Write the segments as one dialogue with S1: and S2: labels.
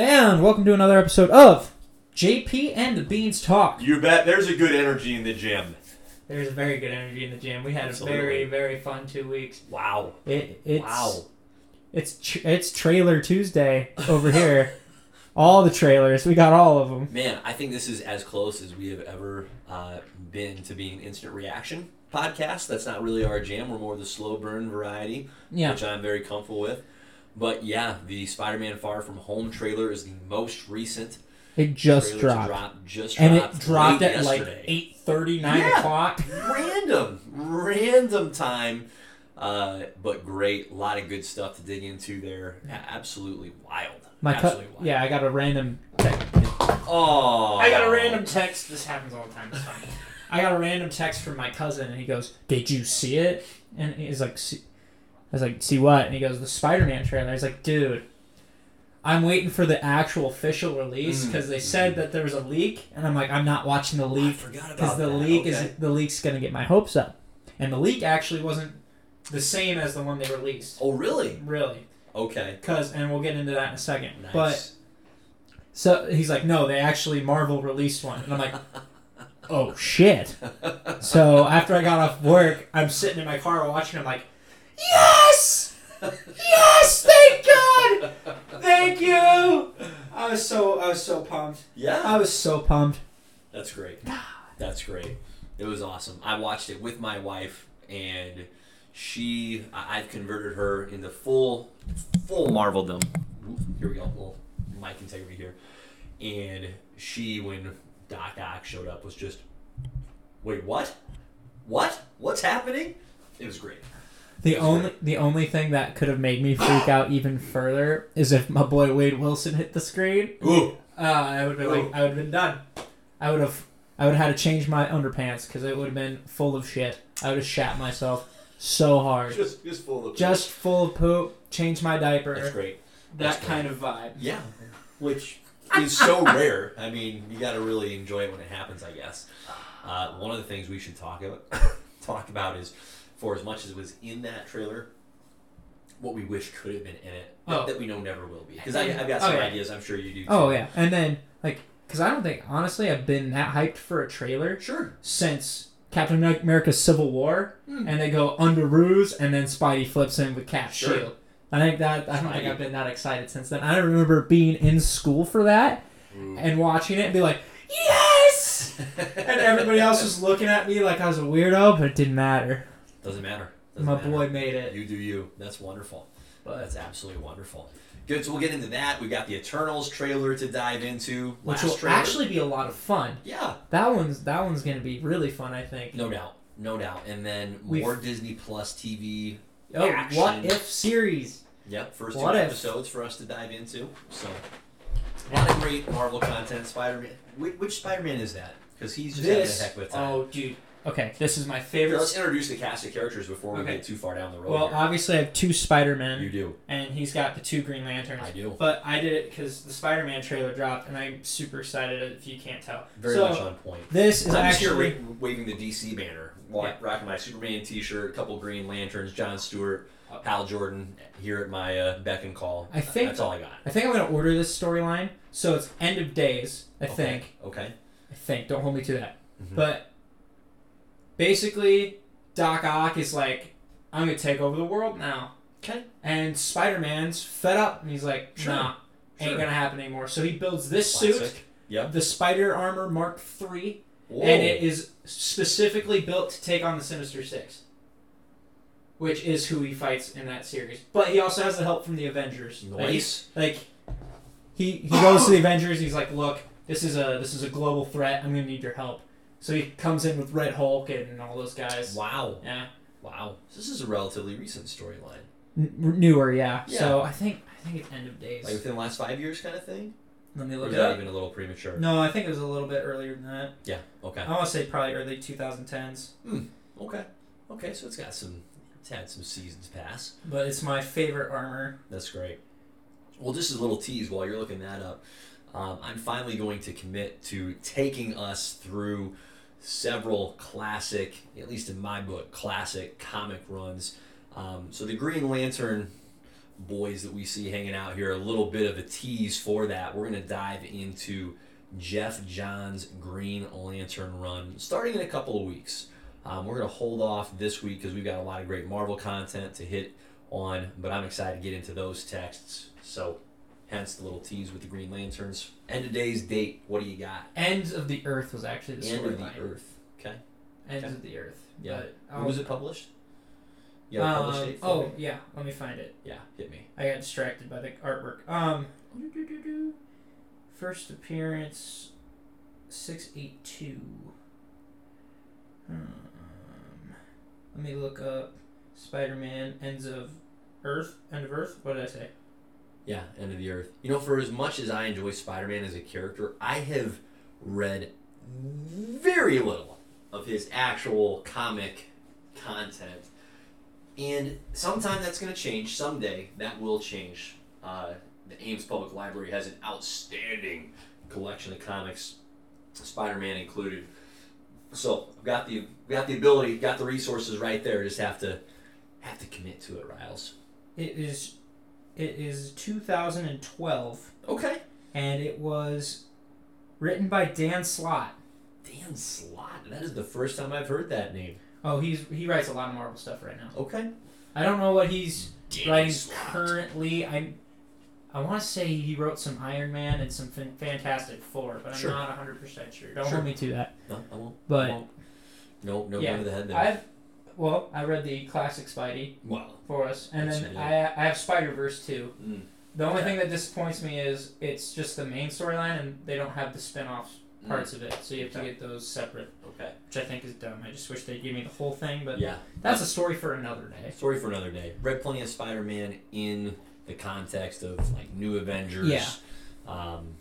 S1: And welcome to another episode of JP and the Beans Talk.
S2: You bet. There's a good energy in the gym.
S3: There's very good energy in the gym. We had
S2: Absolutely.
S3: a very very fun two weeks.
S2: Wow.
S1: It, it's
S2: wow.
S1: it's tr- it's Trailer Tuesday over here. all the trailers, we got all of them.
S4: Man, I think this is as close as we have ever uh, been to being an instant reaction podcast. That's not really our jam. We're more the slow burn variety,
S1: Yeah,
S4: which I'm very comfortable with. But yeah, the Spider-Man Far From Home trailer is the most recent
S1: it just
S4: trailer to
S1: dropped,
S4: drop. Just
S1: and
S4: dropped
S1: it dropped
S4: late
S1: at like
S4: yesterday.
S1: eight thirty nine
S4: Yeah.
S1: o'clock.
S4: Random, random time, uh, but great. A lot of good stuff to dig into there. A- Absolutely wild.
S1: My cut.
S4: Absolutely wild.
S1: Yeah, I got a random.
S4: Oh,
S3: I got a random text. This happens all the time. It's fine.
S1: I got a random text from my cousin, and he goes, "Did you see it?" And he's like, see, "I was like, see what?" And he goes, "The Spider Man trailer." I was like, "Dude." I'm waiting for the actual official release
S4: Mm.
S1: because they said that there was a leak, and I'm like, I'm not watching the
S4: I
S1: leak
S4: forgot about
S1: because the
S3: Oh,
S4: that.
S1: leak
S4: Okay.
S1: is the leak's gonna get my hopes up, and the leak actually wasn't the same as the one they released,
S4: Oh, really?
S1: really.
S4: Okay.
S1: Cause and we'll get into that in a second.
S4: Nice.
S1: But so he's like, no, they actually Marvel released one, and I'm like, oh shit. So after I got off work, I'm sitting in my car watching. I'm like, yes, yes, thank God, thank you. I was so I was so pumped.
S4: yeah,
S1: I was so pumped.
S4: that's great. That's great. It was awesome. I watched it with my wife, and she, I, I've converted her into full, full Marveldom. Oop, Here we go. Little mic integrity here. And she, when Doc Doc showed up, was just, wait, what? What? What's happening? It was great.
S1: The
S4: That's
S1: only the only thing that could have made me freak out even further is if my boy Wade Wilson hit the screen.
S4: Ooh,
S1: Uh, I would have been like,
S4: Oh.
S1: I would have been done. I would have I would have had to change my underpants because it would have been full of shit. I would have shat myf so hard,
S4: just, just full of
S1: just full of poop. Change my
S4: That's
S1: diaper.
S4: great.
S3: That
S4: That's
S3: kind of vibe.
S4: Yeah, which is so rare. I mean, you got to really enjoy it when it happens, I guess. Uh, one of the things we should talk about talk about is, for as much as was in that trailer, what we wish could have been in it that-
S1: Oh.
S4: that we know never will be. Because I've got some
S1: Oh, yeah.
S4: ideas. I'm sure you do. Too.
S1: Oh yeah, and then like because I don't think honestly I've been that hyped for a trailer
S4: sure.
S1: since Captain America's Civil War,
S4: Hmm.
S1: and they go under ruse, and then Spidey flips in with Cap
S4: Sure.
S1: Shield. I think that I don't think
S4: Spidey.
S1: I've been that excited since then. I remember being in school for that
S4: Hmm.
S1: and watching it and be like, yes, and everybody else was looking at me like I was a weirdo, but it didn't matter.
S4: doesn't matter. Doesn't
S1: My
S4: matter.
S1: boy made it.
S4: You do you. That's wonderful. Well, that's absolutely wonderful. Good. So we'll get into that. We got the Eternals trailer to dive into.
S1: Which
S4: Last
S1: will
S4: trailer.
S1: actually be a lot of fun.
S4: yeah.
S1: That one's that one's gonna be really fun, I think.
S4: No doubt, no doubt. And then
S1: We've-
S4: more Disney Plus TV.
S1: Oh,
S4: Action.
S1: what if series?
S4: Yep, first two
S1: What if?
S4: episodes for us to dive into. So, a lot of great Marvel content. Spider Man. Which, which Spider Man is that? Because he's just
S1: This-
S4: having a heck of a time.
S3: Oh, dude.
S1: Okay, this is my
S4: Here,
S1: favorite.
S4: let's introduce the cast of characters before we
S3: Okay.
S4: get too far down the road.
S1: Well, um,
S4: here.
S1: obviously I have two Spider
S4: you
S1: Men,
S4: do.
S1: and he's got the two Green Lanterns.
S4: I do.
S1: But I did it because the Spider Man trailer dropped, and I'm super excited. If you can't tell,
S4: Very
S1: so,
S4: much on point.
S1: This is
S4: I'm
S1: actually
S4: actually waving the DC banner, wa-
S1: Yeah.
S4: rocking my Superman T-shirt, a couple Green Lanterns, John Stewart, Hal Jordan here at my uh, beck and call.
S1: Uh, I think-
S4: that's all I got.
S1: I think I'm gonna order this storyline. So it's end of days. I
S4: okay.
S1: think.
S4: Okay.
S1: I think. Don't hold me to that.
S4: Mhm.
S1: But basically, Doc Ock is like, I'm gonna take over the world now.
S4: Okay.
S1: And Spider Man's fed up, and he's like,
S4: Sure.
S1: Nah, ain't
S4: Sure.
S1: gonna happen anymore. So he builds this suit,
S4: Classic. Yep.
S1: the Spider Armor Mark III,
S4: Whoa.
S1: and it is specifically built to take on the Sinister Six. Which is who he fights in that series, but he also has the help from the Avengers. Like, he's-
S4: Nice.
S1: like he he goes to the Avengers. He's like, look, this is a this is a global threat. I'm gonna need your help. So he comes in with Red Hulk and all those guys.
S4: Wow.
S1: Yeah,
S4: Wow. This is a relatively recent storyline.
S1: N- newer, yeah.
S4: Yeah.
S1: So I think I think it's end of days.
S4: Like within the last five years kind of thing?
S1: Let me
S4: Or
S1: look
S4: is
S1: it
S4: that
S1: up.
S4: even a little premature?
S1: No, I think it was a little bit earlier than that.
S4: Yeah. Okay.
S1: I want to say probably early 2010s.
S4: Okay. Okay, so it's got some it's had some seasons pass.
S1: But it's my favorite armor.
S4: That's great. Well, just as a little tease while you're looking that up, um, I'm finally going to commit to taking us through several classic, at least in my book, classic comic runs. Um, so the Green Lantern boys that we see hanging out here a little bit of a tease for that. We're going to dive into Jeff John's Green Lantern run starting in a couple of weeks. Um, we're going to hold off this week because we've got a lot of great Marvel content to hit on, but I'm excited to get into those texts. So, hence the little tease with the Green Lanterns. End of day's date. What do you got?
S1: Ends of the Earth was actually the
S4: End of the
S1: storyline.
S4: Earth. Okay.
S1: Ends
S4: Okay.
S1: of the Earth.
S4: Yeah.
S1: But,
S4: When was
S1: I'll-
S4: it published? You got a published
S1: um,
S4: date for
S1: oh
S4: me?
S1: yeah, let me find it.
S4: yeah. Hit me.
S1: I got distracted by the artwork. Um, first appearance, six eight two. Um, let me look up Spider Man ends of Earth. End of Earth. What did I say?
S4: Yeah, End of the Earth. You know, for as much as I enjoy Spider Man as a character, I have read very little of his actual comic content. And sometime that's going to change. Someday that will change. Uh, the Ames Public Library has an outstanding collection of comics, Spider Man included. So I've got the got the ability, got the resources right there. Just have to have to commit to it, Riles.
S1: It is. It is 2012,
S4: Okay.
S1: and it was written by Dan Slott.
S4: Dan Slot. That is the first time I've heard that name.
S1: Oh, he's he writes a lot of Marvel stuff right now.
S4: Okay.
S1: I don't know what he's
S4: Dan
S1: writing
S4: Slott.
S1: currently. I I want to say he wrote some Iron Man and some fin- Fantastic Four, but I'm
S4: Sure.
S1: not 100 percent sure. Don't
S4: Sure.
S1: hold me to that.
S4: No, I won't. I
S1: But
S4: won't. No, no
S1: Yeah.
S4: gun to the head there.
S1: I've well, I read the classic Spidey
S4: well,
S1: for us, and
S4: Yes,
S1: then
S4: you did.
S1: I I have Spider Verse too.
S4: mm,
S1: The only
S4: Yeah.
S1: thing that disappoints me is it's just the main storyline, and they don't have the spin-off parts of it, so you have to
S4: Mm. Okay.
S1: get those separate,
S4: okay.
S1: which I think is dumb. I just wish they'd give me the whole thing, but
S4: Yeah.
S1: that's a story for another day.
S4: Story for another day. Read plenty of Spider Man in the context of like New Avengers.
S1: Yeah.
S4: Um,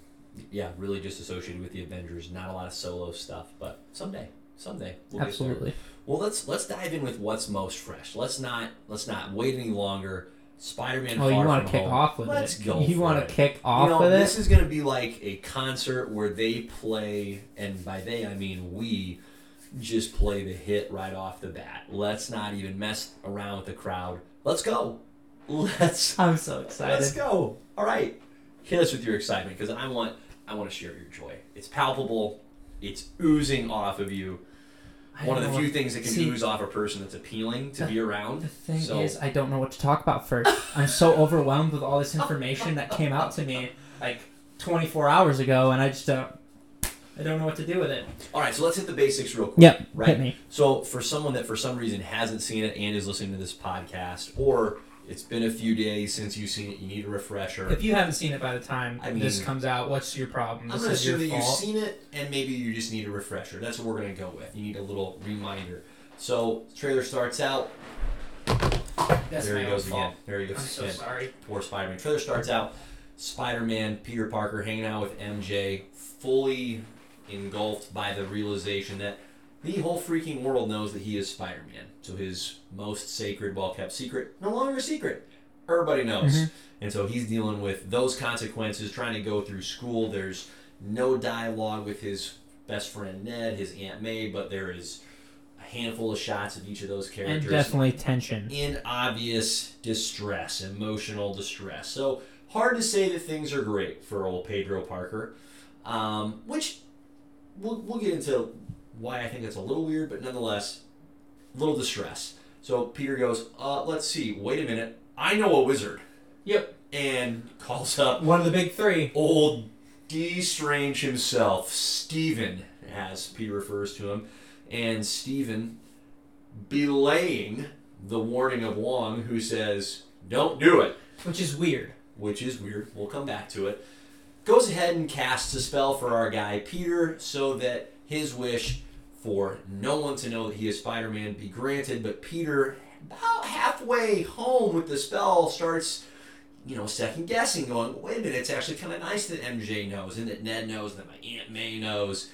S4: yeah, really just associated with the Avengers. Not a lot of solo stuff, but someday, someday we'll get there. Well, let's let's dive in with what's most fresh. Let's not let's not wait any longer. Spider Man.
S5: Oh, you
S4: want to
S5: kick off with
S4: Let's
S5: it?
S4: go.
S5: You
S4: for
S5: wanna
S4: it.
S5: kick off
S4: you know,
S5: with it?
S4: this is going to be like a concert where they play, and by they I mean we, just play the hit right off the bat. Let's not even mess around with the crowd. Let's go. Let's
S1: I'm so
S4: let's
S1: excited.
S4: go. All right, hit us with your excitement because I want I want to share your joy. It's palpable. It's oozing off of you.
S1: I
S4: One of
S1: don't
S4: the
S1: know
S4: few things that can
S1: See-
S4: ooze off a person that's appealing to
S1: The-
S4: be around.
S1: The thing
S4: so,
S1: is, I don't know what to talk about first. I'm so overwhelmed with all this information that came out to me like 24 hours ago, and I just don't. I don't know what to do with it.
S4: all right, so let's hit the basics real quick.
S5: Yep.
S4: Right.
S5: Hit me.
S4: So, for someone that for some reason hasn't seen it and is listening to this podcast, or it's been a few days since you've seen it, you need a refresher.
S1: If you haven't seen it by the time
S4: I
S1: this
S4: mean-
S1: comes out, what's your problem?
S4: I'm
S1: This
S4: going to
S1: is your
S4: assume that you've
S1: fault.
S4: seen it and maybe you just need a refresher. That's what we're going to go with. You need a little reminder. So, trailer starts out.
S1: That's
S4: there
S1: my
S4: he
S1: own
S4: goes
S1: fault.
S4: again. There he
S1: I'm
S4: goes
S1: so
S4: again.
S1: sorry.
S4: Poor Spider Man. Trailer starts out Spider Man, Peter Parker hanging out with MJ, fully engulfed by the realization that the whole freaking world knows that he is Spider Man. So his most sacred, well kept secret, no longer a secret. Everybody knows.
S5: Mm-hmm.
S4: And so he's dealing with those consequences, trying to go through school. There's no dialogue with his best friend Ned, his Aunt May, but there is a handful of shots of each of those characters
S5: And definitely tension.
S4: in obvious distress, emotional distress. So hard to say that things are great for old Pedro Parker, um, which we'll, we'll get into why I think it's a little weird, but nonetheless, little distress. So Peter goes, uh, let's see, wait a minute, I know a wizard.
S1: Yep.
S4: And calls up
S1: One of the big three.
S4: old D Strange himself, Stephen, as Pete refers to him, and Stephen belaying the warning of Wong, who says, Don't do it,
S1: Which is weird.
S4: which is weird. We'll come back to it. Goes ahead and casts a spell for our guy Peter so that his wish for no one to know that he is Spider Man be granted, but Peter, about halfway home with the spell, starts you know, second guessing, going, wait a minute, it's actually kind of nice that MJ knows and that Ned knows and that my Aunt May knows.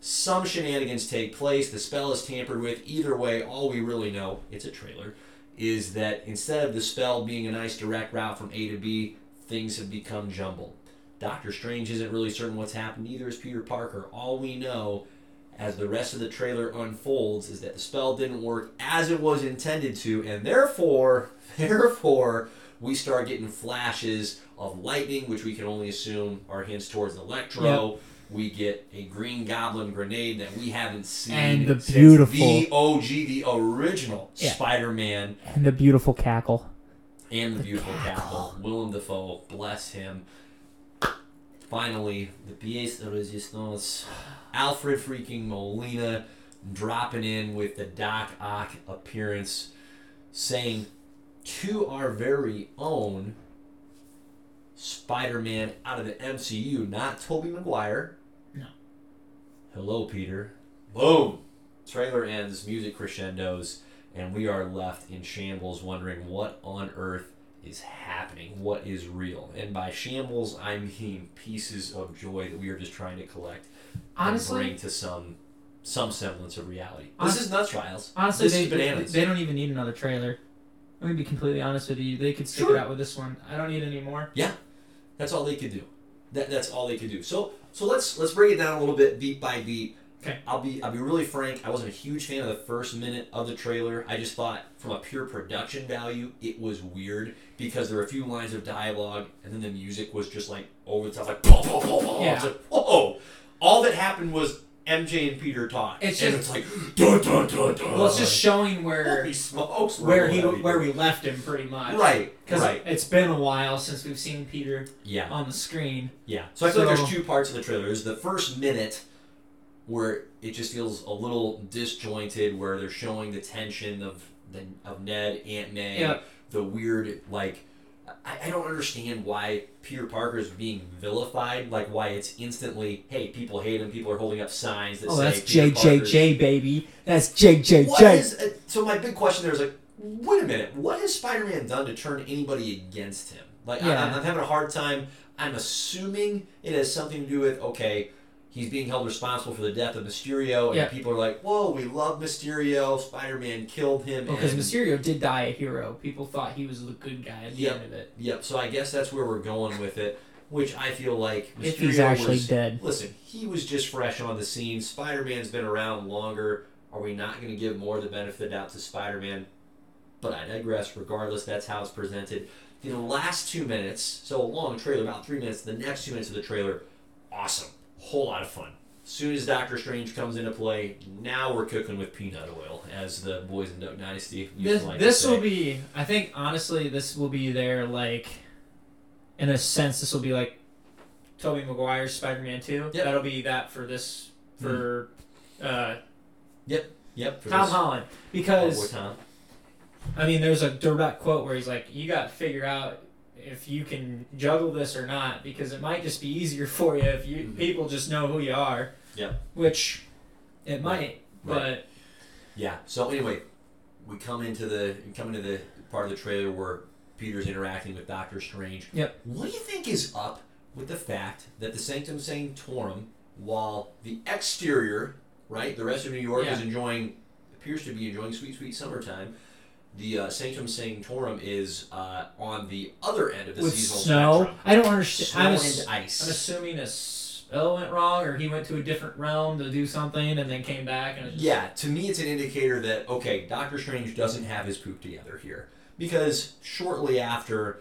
S4: Some shenanigans take place. The spell is tampered with. Either way, all we really know, it's a trailer, is that instead of the spell being a nice direct route from A to B, things have become jumbled. Doctor Strange isn't really certain what's happened, neither is Peter Parker. All we know as the rest of the trailer unfolds is that the spell didn't work as it was intended to, and therefore, therefore, we start getting flashes of lightning, which we can only assume are hints towards Electro. We get a Green Goblin grenade that we haven't seen
S1: And the
S4: since
S1: beautiful-
S4: the OG, the original
S1: Yeah.
S4: Spider-Man
S1: And the beautiful cackle.
S4: and the beautiful capital, Willem Dafoe, bless him. Finally, the pièce de résistance, Alfred freaking Molina dropping in with the Doc Ock appearance, saying to our very own Spider-Man out of the MCU, not Tobey Maguire.
S1: No.
S4: Hello, Peter. Boom. Trailer ends, music crescendos and we are left in shambles wondering what on earth is happening, what is real. And by shambles, I mean pieces of joy that we are just trying to collect
S1: Honestly-
S4: and bring to some some semblance of reality.
S1: Hon-
S4: this is nuts trials.
S1: Honestly,
S4: this
S1: they,
S4: is
S1: they-
S4: bananas.
S1: they don't even need another trailer. I'm gonna be completely honest with you. They could stick
S4: Sure.
S1: it out with this one. I don't need any more.
S4: That's all they could do. That, that's all they could do. So so let's let's break it down a little bit beat by beat.
S1: Okay.
S4: I'll be I'll be really frank. I wasn't a huge fan of the first minute of the trailer. I just thought from a pure production value, it was weird because there were a few lines of dialogue and then the music was just like over the top, like boom, boom, boom, boom.
S1: Yeah.
S4: It's like, oh, all that happened was MJ and Peter talk.
S1: It's
S4: and
S1: just-
S4: it's like dun, dun, dun, dun.
S1: Well, it's just showing where
S4: Holy smokes,
S1: where he
S4: Rumble,
S1: where we left him, pretty much.
S4: right
S1: Because
S4: right
S1: it's been a while since we've seen Peter
S4: yeah
S1: on the screen.
S4: Yeah. So I feel like
S1: So-
S4: there's two parts of the trailer. There's the first minute where it just feels a little disjointed, where they're showing the tension of the, of Ned, Aunt May,
S1: Yeah.
S4: the weird like. I, I don't understand why Peter Parker is being vilified. Like why it's instantly, hey, people hate him. People are holding up signs that
S5: Oh,
S4: say
S5: that's
S4: Peter Parker's-
S5: JJJ, baby. That's JJJ.
S4: what is uh, so my big question there is like wait a minute what has spider-man done to turn anybody against him like I,
S1: Yeah.
S4: I'm, I'm having a hard time i'm assuming it has something to do with okay he's being held responsible for the death of mysterio and
S1: Yeah.
S4: people are like whoa we love mysterio spider-man killed him
S1: Because
S4: and-
S1: Mysterio did die a hero. People thought he was the good guy at the
S4: Yep.
S1: end of it.
S4: yep so i guess that's where we're going with it which i feel like mysterio
S5: If he's actually
S4: was,
S5: dead.
S4: listen he was just fresh on the scene spider-man's been around longer are we not going to give more of the benefit of the doubt to spider-man But I digress. Regardless, that's how it's presented. The last two minutes, so a long trailer, about three minutes. The next two minutes of the trailer, awesome, whole lot of fun. Soon as Doctor Strange comes into play, now we're cooking with peanut oil, as the boys in Duck Dynasty used
S1: This
S4: to like to
S1: this
S4: say.
S1: will be. I think honestly, this will be their like. In a sense, this will be like Tobey Maguire's Spider-Man Two.
S4: Yep.
S1: That'll be that for this for uh,
S4: Yep. Hmm. for
S1: Tom
S4: this-
S1: Holland
S4: Oh, boy,
S1: because
S4: Tom.
S1: I mean, there's a direct quote where he's like, "You got to figure out if you can juggle this or not, because it might just be easier for you if you
S4: Mhm.
S1: people just know who you are."
S4: Yeah.
S1: Which it might,
S4: Right. Yeah. So anyway, we come into the we come into the part of the trailer where Peter's interacting with Doctor Strange.
S1: Yep.
S4: What do you think is up with the fact that the Sanctum Sanctorum, while the exterior, right, the rest of New York is
S1: Yeah.
S4: enjoying appears to be enjoying sweet sweet summertime. The uh, Sanctum Sanctorum is uh, on the other end of
S1: but
S4: the
S1: with
S4: seasonal
S1: snow,
S4: spectrum.
S1: I don't understand.
S4: Snow
S1: I'm, ass-
S4: and ice.
S1: I'm assuming a spell went wrong, or he went to a different realm to do something, and then came back, and it just,
S4: Yeah, to me, it's an indicator that okay, Doctor Strange doesn't have his poop together here because shortly after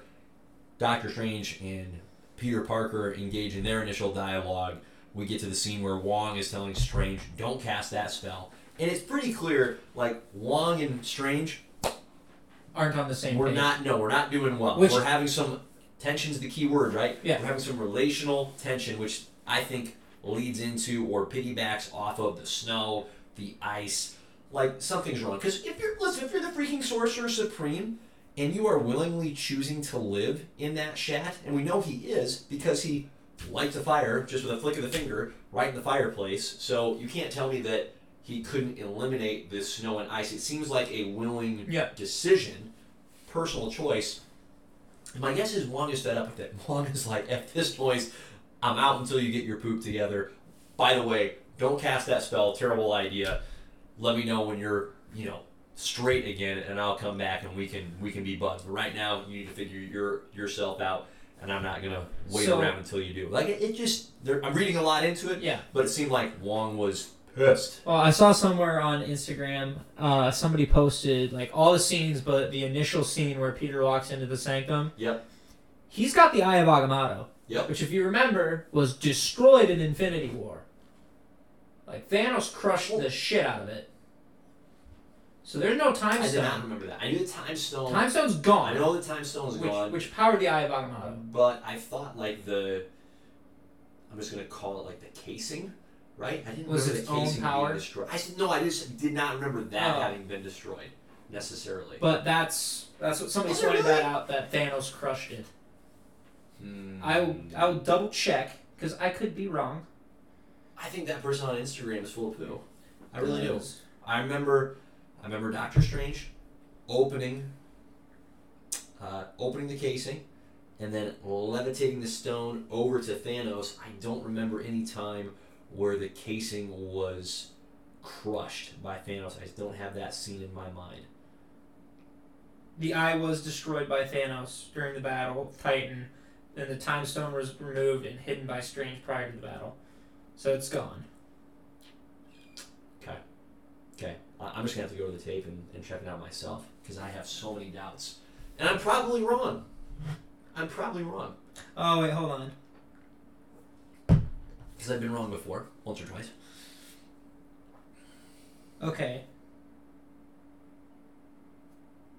S4: Doctor Strange and Peter Parker engage in their initial dialogue, we get to the scene where Wong is telling Strange, "Don't cast that spell," and it's pretty clear like Wong and Strange,
S1: aren't on the same.
S4: we're
S1: page.
S4: not no, we're not doing well.
S1: Which-
S4: we're having some tension's the key word, right?
S1: Yeah.
S4: we're having some relational tension, which I think leads into or piggybacks off of the snow, the ice. Like something's wrong. Because if you're listen, if you're the freaking sorcerer supreme, and you are willingly choosing to live in that shat, and we know he is because he lights a fire just with a flick of the finger right in the fireplace. So you can't tell me that he couldn't eliminate this snow and ice. It seems like a willing
S1: Yeah.
S4: decision, personal choice. My guess is Wong is fed up with it. Wong is like, at this point, I'm out until you get your poop together. By the way, don't cast that spell. Terrible idea. Let me know when you're, you know, straight again, and I'll come back and we can we can be buds. But right now, you need to figure your yourself out, and I'm not gonna wait
S1: So-
S4: around until you do. Like it, it just, there, I'm reading a lot into it,
S1: Yeah.
S4: but it seemed like Wong was
S2: pissed.
S1: Well, I saw somewhere on Instagram, uh, somebody posted like all the scenes, but the initial scene where Peter walks into the sanctum.
S4: Yep.
S1: He's got the Eye of Agamotto,
S4: Yep.
S1: which, if you remember, was destroyed in Infinity War. Like Thanos crushed the shit out of it. So there's no time
S4: I did not
S1: stone.
S4: remember that. I knew the time stone.
S1: Time stone's
S4: I
S1: gone.
S4: know the time stone was
S1: which,
S4: gone.
S1: which powered the Eye of Agamotto.
S4: But I thought like the I'm just gonna call it like the casing, right? I didn't
S1: Was
S4: remember
S1: its
S4: the
S1: own
S4: casing
S1: power?
S4: being destroyed. I s- no, I just did not remember that
S1: Oh.
S4: having been destroyed necessarily.
S1: But that's that's what somebody
S4: Is it
S1: pointed
S4: really?
S1: that out that Thanos crushed it.
S4: Hmm.
S1: I will I will double check because I could be wrong.
S4: I think that person on Instagram is full of poo. I really do.
S1: Because-
S4: I remember I remember Doctor Strange opening uh, opening the casing and then levitating the stone over to Thanos. I don't remember any time where the casing was crushed by Thanos. I don't have that scene in my mind.
S1: The eye was destroyed by Thanos during the battle of Titan, and the time stone was removed and hidden by Strange prior to the battle. So it's gone.
S4: Okay. I- I'm just gonna have to go to the tape and, and check it out myself because I have so many doubts. And I'm probably wrong. I'm probably wrong.
S1: Oh wait, hold on.
S4: Because I've been wrong before, once or twice.
S1: Okay.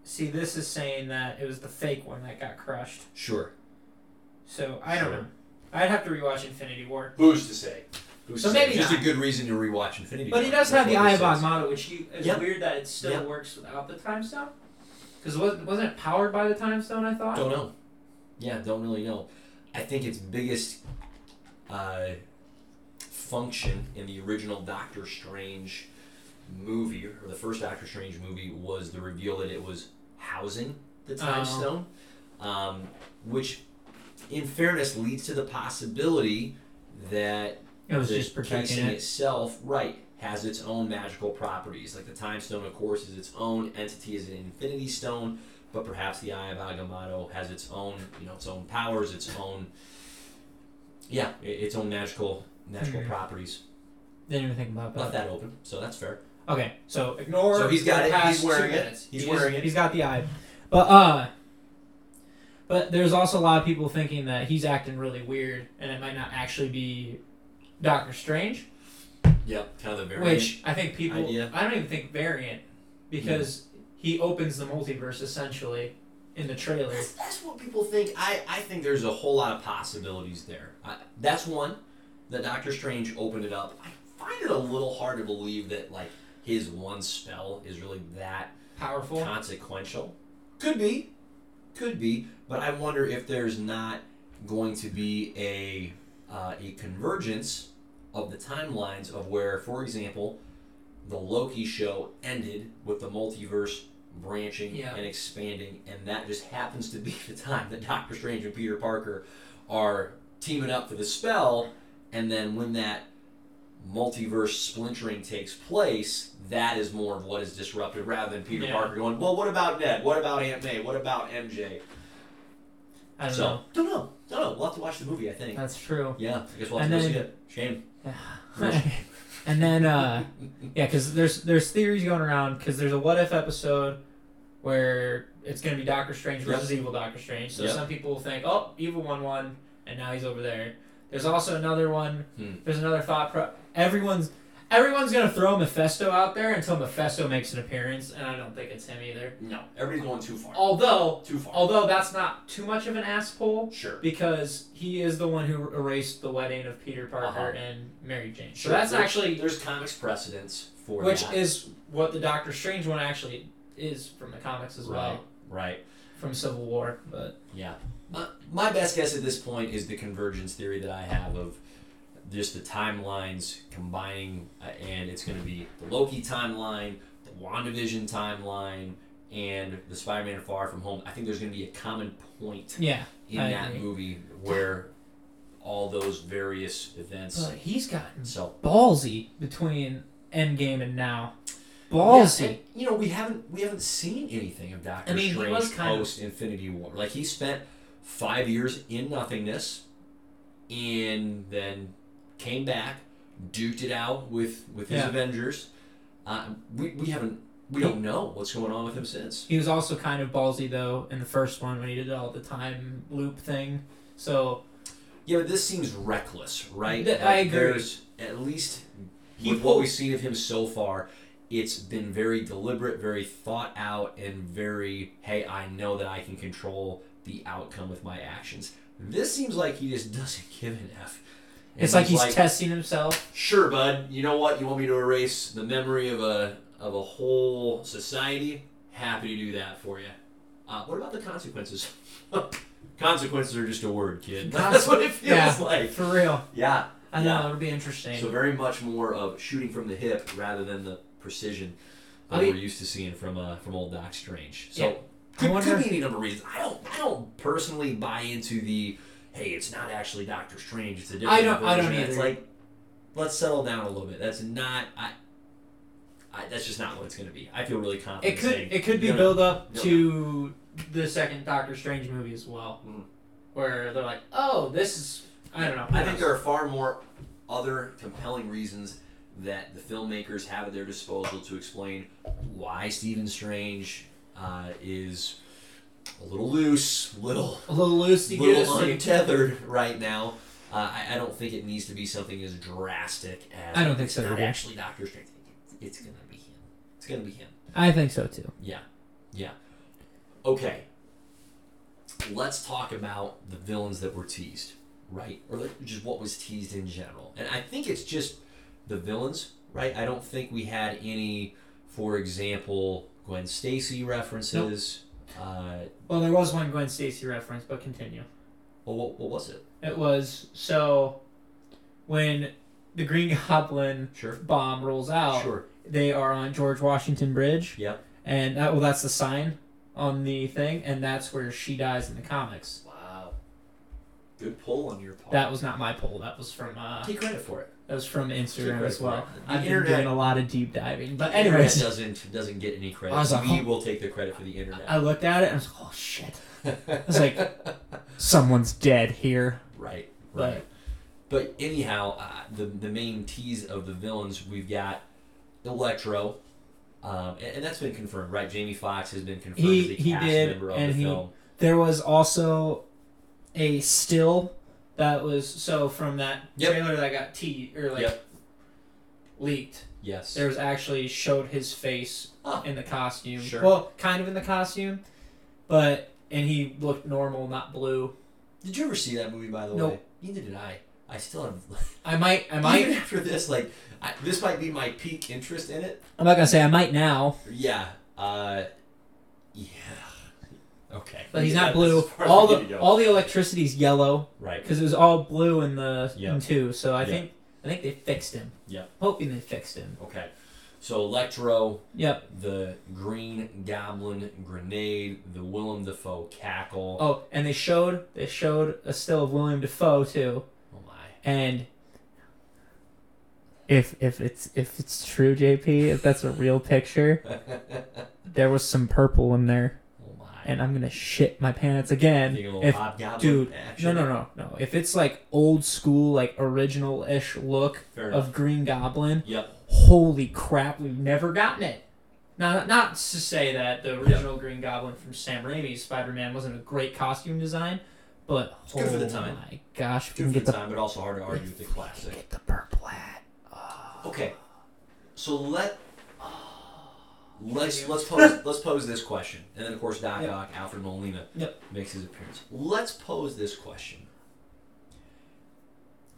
S1: See, this is saying that it was the fake one that got crushed.
S4: Sure.
S1: So I don't
S4: Sure.
S1: know. I'd have to rewatch Infinity War.
S2: Who's to say?
S4: Who's
S1: So
S4: to
S1: maybe
S4: say? just
S1: not.
S4: a good reason to rewatch Infinity.
S1: But he
S4: War.
S1: does have
S4: That's
S1: the
S4: what
S1: Eye
S4: it
S1: of
S4: says.
S1: Agamotto, which you, it's
S4: Yep.
S1: weird that it still
S4: Yep.
S1: works without the time stone. Because wasn't, wasn't it powered by the time stone? I thought.
S4: Don't know. Yeah, don't really know. I think its biggest uh, function in the original Doctor Strange movie, or the first Doctor Strange movie, was the reveal that it was housing the Time
S1: Oh.
S4: Stone, um, which, in fairness, leads to the possibility that
S1: It was
S4: the
S1: just protecting
S4: casing
S1: it.
S4: itself, right, has its own magical properties. Like the Time Stone, of course, is its own entity as an Infinity Stone, but perhaps the Eye of Agamotto has its own, you know, its own powers, its own, yeah, i- its own magical magical
S1: Mhm.
S4: properties.
S1: Didn't even think about
S4: Left that open, so that's fair.
S1: Okay, so ignore.
S4: So he's got
S1: the
S4: it,
S1: past
S4: he's wearing
S1: two
S4: it,
S1: minutes.
S4: he's
S1: He
S4: wearing it.
S1: He's got the eye, but uh, but there's also a lot of people thinking that he's acting really weird, and it might not actually be Doctor Strange,
S4: Yep, kind of the
S1: which I think people.
S4: idea.
S1: I don't even think variant, because he opens the multiverse essentially in the trailer.
S4: That's, that's what people think. I, I think there's a whole lot of possibilities there. I, that's one that Doctor Strange opened it up. I find it a little hard to believe that like his one spell is really that
S1: Powerful.
S4: consequential. Could be, could be, but I wonder if there's not going to be a uh, a convergence of the timelines of where, for example, the Loki show ended with the multiverse branching
S1: Yeah.
S4: and expanding, and that just happens to be the time that Doctor Strange and Peter Parker are teaming up for the spell, and then when that multiverse splintering takes place, that is more of what is disrupted rather than Peter
S1: Yeah.
S4: Parker going, well, what about Ned? What about Aunt May? What about MJ?
S1: I don't
S4: so,
S1: know.
S4: don't know. Don't know. We'll have to watch the movie, I think.
S1: That's true.
S4: Yeah, I guess we'll have
S1: And
S4: to
S1: then-
S4: go see it. Shame.
S1: and then uh yeah because there's there's theories going around because there's a what if episode where it's going to be doctor strange
S4: Yep.
S1: versus evil doctor strange so
S4: Yep.
S1: some people think oh evil one won and now he's over there there's also another one
S4: Hmm.
S1: there's another thought pro- everyone's everyone's going to throw mephisto out there until mephisto makes an appearance and i don't think it's him either
S4: No, everybody's going too far.
S1: although
S4: too far.
S1: although that's not too much of an ass pull
S4: sure.
S1: because he is the one who erased the wedding of Peter Parker
S4: Uh-huh.
S1: and Mary Jane. So
S4: Sure.
S1: that's
S4: There's-
S1: actually
S4: There's comics precedence for
S1: which
S4: that.
S1: is what the Doctor Strange one actually is from the comics as
S4: right.
S1: well,
S4: Right.
S1: from Civil War. But
S4: Yeah. My, my best guess at this point is the convergence theory that I have of just the timelines combining, uh, and it's going to be the Loki timeline, the WandaVision timeline, and the Spider Man Far From Home. I think there's going to be a common point
S1: yeah,
S4: in
S1: I
S4: that
S1: agree.
S4: movie where all those various events.
S1: but he's gotten
S4: So
S1: ballsy between Endgame and now. Ballsy.
S4: Yeah, and, you know, we haven't we haven't seen anything of Doctor
S1: I mean, he
S4: Strange
S1: was kind of-
S4: post Infinity War. Like he spent five years in nothingness, and then came back, duked it out with with his
S5: Yeah.
S4: Avengers. Uh, we we haven't we don't know what's going on with him since.
S1: He was also kind of ballsy though in the first one when he did all the time loop thing. So
S4: Yeah, but this seems reckless, right?
S1: Th- I agree.
S4: There's at least
S2: He
S4: with what
S2: pulled-
S4: we've seen of him so far, it's been very deliberate, very thought out, and very hey, I know that I can control the outcome with my actions. This seems like he just doesn't give an f. And
S1: it's like he's testing himself.
S4: sure, bud. You know what? You want me to erase the memory of a of a whole society? Happy to do that for you. Uh, what about the consequences? consequences are just a word, kid. That's what it feels
S1: Yeah.
S4: like.
S1: For real.
S4: Yeah.
S1: I
S4: Yeah.
S1: know, it'll be interesting.
S4: So very much more of shooting from the hip rather than the precision that
S1: I mean-
S4: we're used to seeing from uh, from old Doc Strange. So
S1: Yeah. I
S4: could,
S1: wonder-
S4: could be any number of reasons. I don't I don't personally buy into the hey, it's not actually Doctor Strange. It's a different.
S1: I don't- I don't
S4: version." It's
S1: either.
S4: like let's settle down a little bit. That's not I. I that's just not what it's going to be. I feel really confident.
S1: it could
S4: saying,
S1: it could be
S4: "No, no,
S1: build up
S4: no,
S1: to the second Doctor Strange movie as well.
S4: Mhm.
S1: Where they're like, Oh, this is I don't know.
S4: I think there are far more other compelling reasons that the filmmakers have at their disposal to explain why Stephen Strange uh, is a little loose, little,
S1: a little loosey
S4: little
S1: goosey.
S4: untethered right now. Uh, I, I don't think it needs to be something as drastic as
S1: I don't think
S4: it's
S1: so
S4: Not
S1: either.
S4: actually, Doctor Strange. It's, it's gonna be him. It's gonna be him.
S1: I think so too.
S4: Okay. Let's talk about the villains that were teased, right? Or like, just what was teased in general. And I think it's just the villains, right? I don't think we had any, for example, Gwen Stacy references. Uh,
S1: Well there was one Gwen Stacy reference, but continue.
S4: well, what, what was it?
S1: It was so when the Green Goblin
S4: Sure.
S1: bomb rolls out,
S4: Sure.
S1: they are on George Washington Bridge.
S4: Yep.
S1: And that, well, that's the sign on the thing, and that's where she dies in the comics.
S4: Wow. Good pull on your part.
S1: That was not my poll. That was from uh,
S4: Take credit for it.
S1: that was from Instagram
S4: Secret
S1: as well.
S4: Credit. The
S1: I've been
S4: internet-
S1: doing a lot of deep diving, but
S4: The internet
S1: anyways,
S4: doesn't doesn't get any credit.
S1: I was like, oh. Uh,
S4: we
S1: huh.
S4: will take the credit for the internet.
S1: I looked at it and I was like, oh shit, was like- someone's dead here.
S4: right. Right.
S1: But
S4: But anyhow, uh, the the main tease of the villains we've got Electro, um, and, and that's been confirmed, right? Jamie Foxx has been confirmed
S1: He-
S4: as a
S1: he
S4: cast
S1: did,
S4: member of
S1: and
S4: the
S1: he-
S4: film.
S1: there was also a still that was so from that
S4: Yep.
S1: trailer that got te or like
S4: Yep.
S1: leaked.
S4: Yes,
S1: There was actually showed his face
S4: Huh.
S1: in the costume.
S4: Sure.
S1: Well, kind of in the costume, but and he looked normal, not blue.
S4: did you ever see that movie? By the
S1: Nope.
S4: way, neither did I. I still have.
S1: I might, I
S4: Even
S1: might.
S4: after this, like I, this might be my peak interest in it.
S1: I'm not gonna say I might now,
S4: Yeah. Uh, yeah. Okay.
S1: but he's
S2: Yeah,
S1: not
S2: that's
S1: blue.
S2: as far as
S1: All
S2: we need to
S1: the
S2: go.
S1: all the electricity's yellow
S4: Right.
S1: because it was all blue in the
S4: Yeah.
S1: in two. So I
S4: Yeah.
S1: think I think they fixed him.
S4: Yeah.
S1: hoping they fixed him.
S4: Okay. So Electro,
S1: Yep.
S4: the Green Goblin grenade, the Willem Dafoe cackle.
S1: Oh, and they showed they showed a still of William Defoe too,
S4: Oh my!
S1: and. If, if it's if it's true, JP, if that's a real picture, there was some purple in there.
S4: Oh my!
S1: and I'm gonna shit my pants again.
S4: Thinking a little
S1: If
S4: hobgoblin Eh,
S1: dude, no
S4: action.
S1: no no no, if it's like old school like original ish look
S4: Fair enough.
S1: of Green Goblin,
S4: Yep.
S1: holy crap, we've never gotten it. Now, not to say that the original Green Goblin from Sam Raimi's Spider Man wasn't a great costume design, but
S4: It's
S1: oh
S4: good for the time.
S1: my gosh, if we
S4: Two
S1: can
S4: for
S1: get
S4: the
S1: the,
S4: time, but also hard to argue with the classic.
S1: get the purple hat.
S4: Okay. So let let's let's pose let's pose this question, and then of course Doc
S1: Yep.
S4: Ock, Alfred Molina
S1: Yep.
S4: makes his appearance. Let's pose this question.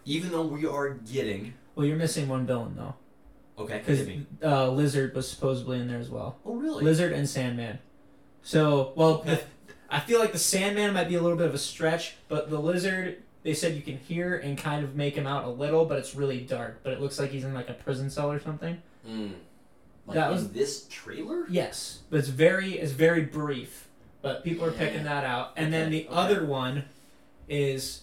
S4: Even though we are getting
S1: Well, you're missing one villain though,
S4: okay,
S1: because
S4: hit me.
S1: uh, Lizard was supposedly in there as well.
S4: oh really?
S1: Lizard and Sandman. So, well,
S4: Okay.
S1: the- I feel like the Sandman might be a little bit of a stretch, but the Lizard, they said you can hear and kind of make him out a little, but it's really dark. But it looks like he's in like a prison cell or something.
S4: Mm. Like
S1: That
S4: in
S1: was-
S4: this trailer.
S1: Yes, but it's very it's very brief. But people are picking that out. And then the
S4: Okay, okay.
S1: other one is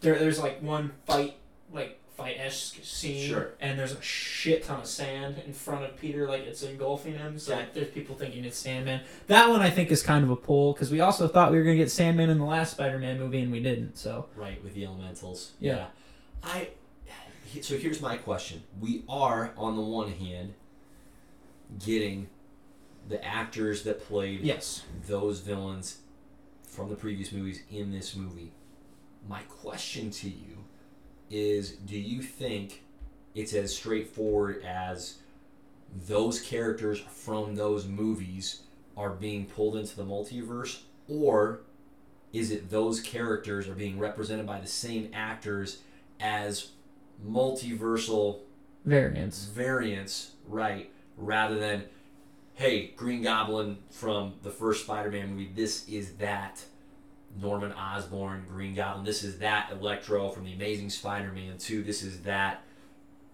S1: there. There's like one fight, like fight esque scene,
S4: Sure.
S1: and there's a shit ton of sand in front of Peter, like it's engulfing him. So
S4: Okay.
S1: there's people thinking it's Sandman. That one I think is kind of a pull because we also thought we were gonna get Sandman in the last Spider-Man movie and we didn't. So
S4: Right, with the elementals.
S1: Yeah.
S4: I he- so here's my question. We are on the one hand getting the actors that played
S5: Yes.
S4: those villains from the previous movies in this movie. My question to you is do you think it's as straightforward as those characters from those movies are being pulled into the multiverse or is it those characters are being represented by the same actors as multiversal
S5: Variants.
S4: variants right rather than hey green goblin from the first spider-man movie this is that norman osborn green goblin this is that electro from the amazing spider-man 2 this is that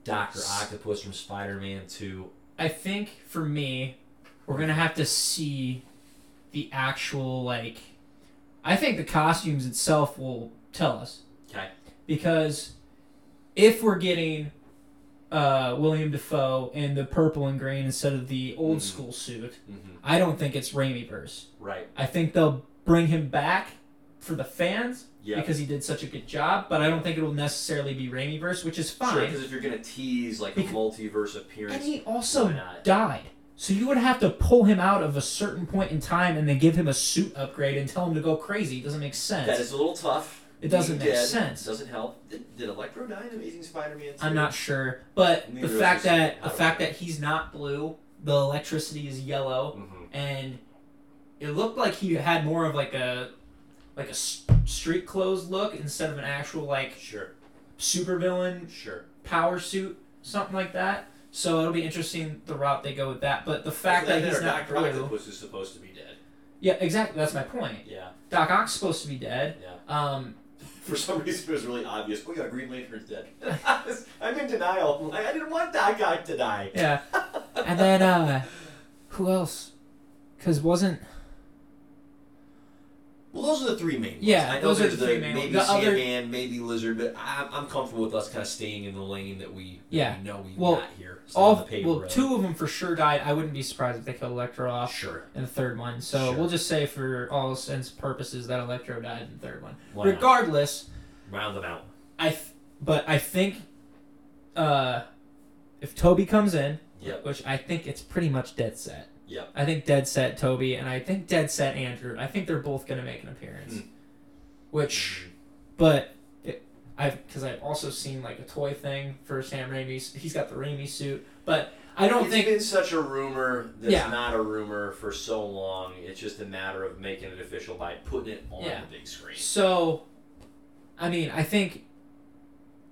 S4: dr octopus from spider-man 2
S1: I think for me, we're gonna have to see the actual like. I think the costumes itself will tell us
S4: okay
S1: because if we're getting uh, William Defoe in the purple and green instead of the old
S4: Mhm.
S1: school suit,
S4: mm-hmm.
S1: I don't think it's Raimi verse.
S4: right
S1: I think they'll bring him back for the fans
S4: yeah
S1: because he did such a good job, but I don't think it'll necessarily be Raimi verse, which is
S4: Sure,
S1: fine.
S4: because if you're gonna tease like a
S1: Because-
S4: multiverse
S1: and
S4: appearance,
S1: he also
S4: why not?
S1: died. So you would have to pull him out of a certain point in time and then give him a suit upgrade and tell him to go crazy. It doesn't make sense.
S4: that is a little tough.
S1: It doesn't
S4: Being
S1: make
S4: dead
S1: sense.
S4: Doesn't help. Did, did Electro die in Amazing Spider-Man? 2?
S1: I'm not sure, but
S4: Neither
S1: the
S4: of
S1: fact
S4: us
S1: that
S4: is-
S1: the fact that he's not blue, the electricity is yellow,
S4: Mm-hmm.
S1: and it looked like he had more of like a like a s- street clothes look instead of an actual like
S4: Sure,
S1: supervillain
S4: sure.
S1: power suit, something like that. So it'll be interesting the route they go with that. But the fact that he's not
S4: Doctor
S1: blue,
S4: Octopus is supposed to be dead.
S1: yeah, exactly. That's my point.
S4: Yeah,
S1: Doc Ock's supposed to be dead.
S4: yeah.
S1: Um,
S4: For some reason, it was really obvious. Oh yeah, Green Lantern's dead. I was- I'm in denial. I I didn't want that guy to die.
S1: yeah, and then uh, who else? Because wasn't
S4: Well, those are the three main ones.
S1: Yeah,
S4: I know
S1: those are
S4: there's
S1: the three main
S4: maybe
S1: ones. The other-
S4: Sandman, maybe Lizard, but I'm, I'm comfortable with us kind of staying in the lane that we, that
S1: Yeah.
S4: we know we
S1: Well,
S4: got here. It's
S1: all
S4: on the paper
S1: well
S4: road.
S1: two of them for sure died. I wouldn't be surprised if they killed Electro off.
S4: Sure.
S1: in the third one. So
S4: Sure.
S1: we'll just say for all sense purposes that Electro died in the third one.
S4: Why not?
S1: Regardless,
S4: Round them out.
S1: I th- but I think uh if Toby comes in,
S4: Yep.
S1: which I think it's pretty much dead set.
S4: Yep.
S1: I think dead set Toby and I think dead set Andrew. I think they're both going to make an appearance.
S4: Hmm.
S1: Which but it, I've because I've also seen like a toy thing for Sam Raimi's. He's got the Raimi suit, but I don't
S4: It's
S1: think
S4: been such a rumor that's
S1: Yeah.
S4: not a rumor for so long. It's just a matter of making it official by putting it on
S1: Yeah.
S4: the big screen.
S1: So, I mean, I think,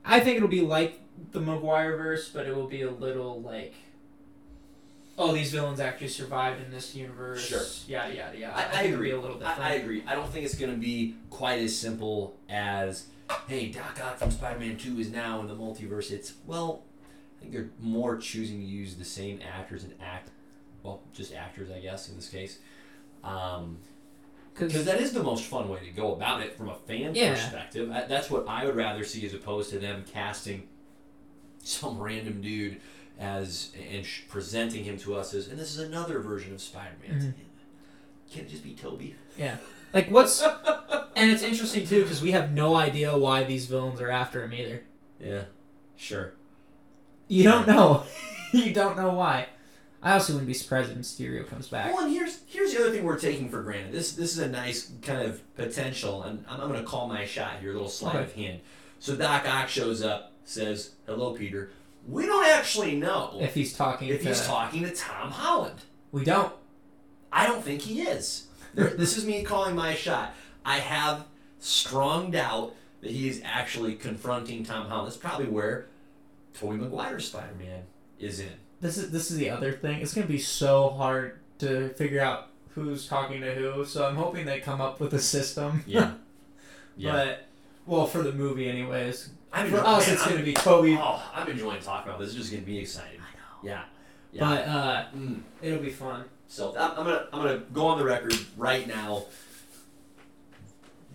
S1: I think it'll be like the McGuire verse, but it will be a little like, oh, these villains actually survived in this universe.
S4: Sure.
S1: Yada yada yada.
S4: I, I
S1: think it'll
S4: agree
S1: Be a little different.
S4: I, I agree. I don't think it's going to be quite as simple as, hey, Doc Ock from Spider-Man Two is now in the multiverse. It's well, I think they're more choosing to use the same actors and act, well, just actors, I guess, in this case. Um, because that is the most fun way to go about it from a fan
S1: Yeah.
S4: perspective. I, that's what I would rather see as opposed to them casting some random dude as and sh- presenting him to us as, and this is another version of Spider-Man. Can it just be Toby?
S1: like what's, and it's interesting too because we have no idea why these villains are after him either.
S4: Yeah, sure.
S1: You don't know. you don't know why. I also wouldn't be surprised if Mysterio comes back.
S4: Well, and here's here's the other thing we're taking for granted. This this is a nice kind of potential, and I'm, I'm going to call my shot here, a little sleight of hand. So Doc Ock shows up, says, "Hello, Peter." We don't actually know
S1: If he's talking,
S4: if
S1: to,
S4: he's talking to Tom Holland.
S1: we don't.
S4: I don't think he is. There- this is me calling my shot. I have strong doubt that he is actually confronting Tom Holland. That's probably where Tobey Maguire's Spider-Man is in.
S5: This is this is the other thing. It's gonna be so hard to figure out who's talking to who. So I'm hoping they come up with a system.
S4: Yeah. Yeah.
S5: But well, for the movie, anyways.
S4: I'm,
S5: For
S1: Oh,
S5: us, it's gonna be Toby.
S4: Oh, I'm enjoying talking about this. This is just gonna be exciting.
S1: I know.
S4: Yeah. Yeah.
S5: But uh,
S4: Mm.
S5: it'll be fun.
S4: So I- I'm gonna I'm gonna go on the record right now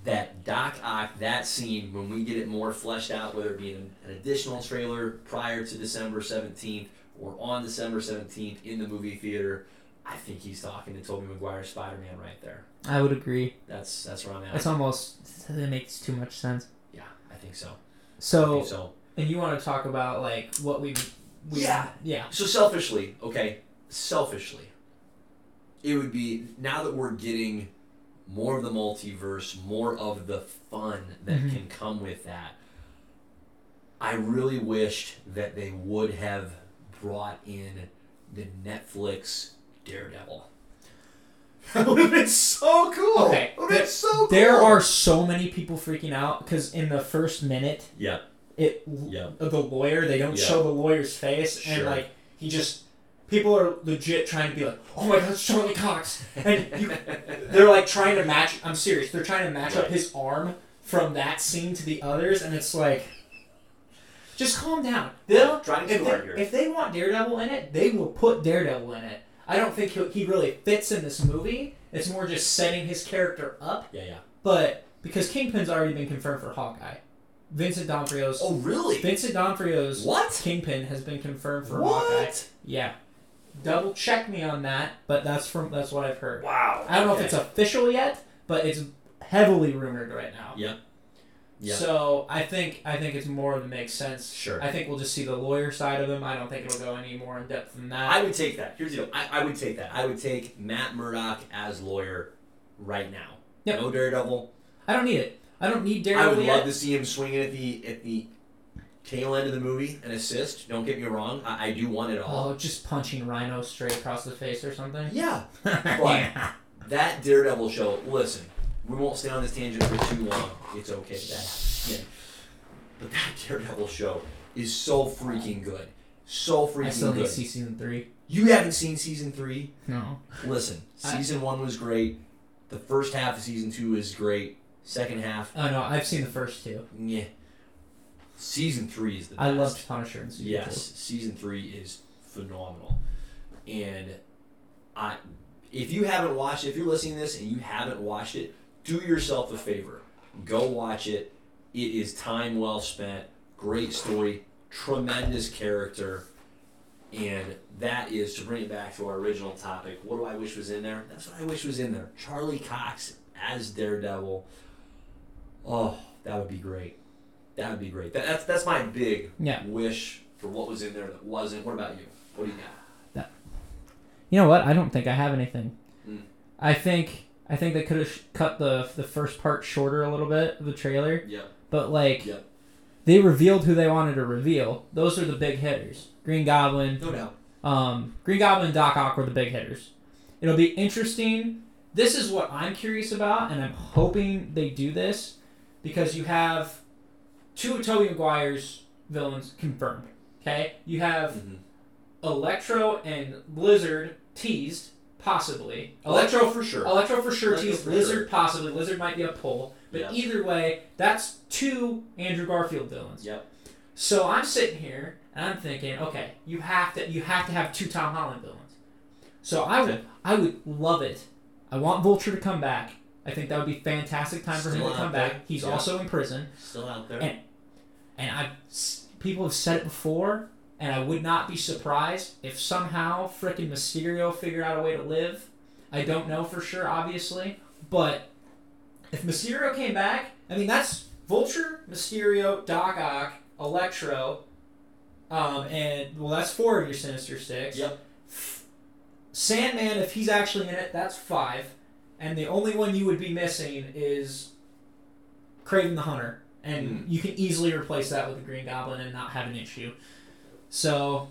S4: that Doc Ock that scene when we get it more fleshed out, whether it be in an additional trailer prior to December 17th or on December 17th in the movie theater, I think he's talking to Tobey Maguire's Spider Man right there.
S1: I would agree.
S4: That's that's where I'm at.
S1: It's almost that makes too much sense.
S4: yeah, I think so. I
S1: So
S4: think so.
S6: And you want to talk about like what we we
S4: Yeah.
S6: yeah
S4: So selfishly, okay, selfishly, it would be now that we're getting more of the multiverse, more of the fun that
S1: Mm-hmm.
S6: Mhm.
S4: can come with that. I really wished that they would have brought in the Netflix Daredevil. That would have been so cool.
S6: Okay,
S4: would have been so cool.
S1: There are so many people freaking out because in the first minute,
S4: yeah,
S1: it
S4: yeah,
S1: the lawyer they don't
S4: Yeah.
S1: show the lawyer's face and
S4: Sure.
S1: like he just people are legit trying to be like, oh my god, it's Charlie Cox, and you, they're like trying to match. I'm serious. They're trying to match up
S4: Right.
S1: his arm from that scene to the others, and it's like. Just calm down. They'll
S4: Trying too
S1: if
S4: hard
S1: they,
S4: here.
S1: if they want Daredevil in it, they will put Daredevil in it. I don't think he he really fits in this movie. It's more just setting his character up.
S4: yeah, yeah.
S1: But because Kingpin's already been confirmed for Hawkeye, Vincent D'Onofrio's
S4: Oh, really?
S1: Vincent D'Onofrio's
S4: What?
S1: Kingpin has been confirmed for Hawkeye.
S4: What?
S1: Yeah, double check me on that, but that's from that's what I've heard.
S4: Wow.
S1: I don't know
S4: Okay.
S1: if it's official yet, but it's heavily rumored right now.
S4: Yeah. Yeah.
S1: So I think I think it's more than makes sense.
S4: Sure.
S1: I think we'll just see the lawyer side of him. I don't think it'll go any more in depth than that.
S4: I would take that. Here's the deal. I, I would take that. I would take Matt Murdock as lawyer right now.
S1: Yep.
S4: No Daredevil.
S1: I don't need it. I don't need
S4: I
S1: Daredevil
S4: would
S1: yet.
S4: love to see him swinging at the at the tail end of the movie and assist. Don't get me wrong. I, I do want it all.
S1: Oh, just punching Rhino straight across the face or something.
S4: Yeah. But that Daredevil show. Listen, we won't stay on this tangent for too long. It's okay. That. Yeah. But that Daredevil show is so freaking good. So
S1: I
S4: freaking
S1: still need
S4: good.
S1: to see season three.
S4: you haven't seen season three.
S1: No.
S4: Listen,
S1: I-
S4: season one was great. The first half of season two is great. Second half,
S1: Oh no, I've seen the first two.
S4: yeah. Season three is the best.
S1: I loved Punisher and season
S4: Yes, season three is phenomenal, and I. If you haven't watched, if you're listening to this and you haven't watched it, do yourself a favor. Go watch it. It is time well spent. Great story, tremendous character, and that is to bring it back to our original topic. What do I wish was in there? That's what I wish was in there. Charlie Cox as Daredevil. Oh, that would be great. That would be great. That, that's that's my big
S1: Yeah.
S4: wish for what was in there that wasn't. What about you? What do you got?
S1: You know what? I don't think I have anything.
S4: Mm.
S1: I think I think they could have sh- cut the the first part shorter a little bit of the trailer,
S4: Yeah,
S1: but like
S4: Yeah.
S1: they revealed who they wanted to reveal. Those are the big hitters. Green Goblin,
S4: no doubt.
S1: um, Green Goblin, and Doc Ock were the big hitters. It'll be interesting. This is what I'm curious about, and I'm hoping they do this because you have two of Tobey Maguire's villains confirmed. Okay, you have
S4: Mhm.
S1: Electro and Blizzard teased, possibly.
S4: Electro for sure.
S1: Electro for sure
S4: Electro
S1: teased,
S4: for
S1: Lizard
S4: sure.
S1: possibly. Lizard might be a pull. But
S4: Yeah.
S1: either way, that's two Andrew Garfield villains.
S4: Yep.
S1: So I'm sitting here and I'm thinking, okay, you have to you have to have two Tom Holland villains. So I would
S4: Okay.
S1: I would love it. I want Vulture to come back. I think that would be fantastic time for him
S4: Still
S1: to
S4: out
S1: come
S4: there.
S1: back. He's
S4: Yeah.
S1: also in prison
S4: Still out there.
S1: And- and I people have said it before, and I would not be surprised if somehow frickin' Mysterio figured out a way to live. I don't know for sure, obviously, but if Mysterio came back, I mean that's Vulture, Mysterio, Doc Ock, Electro, um, and well that's four of your Sinister Six.
S4: Yep.
S1: Sandman, if he's actually in it, that's five, and the only one you would be missing is Craven the Hunter, and
S4: Mm.
S1: you can easily replace that with the Green Goblin and not have an issue. So,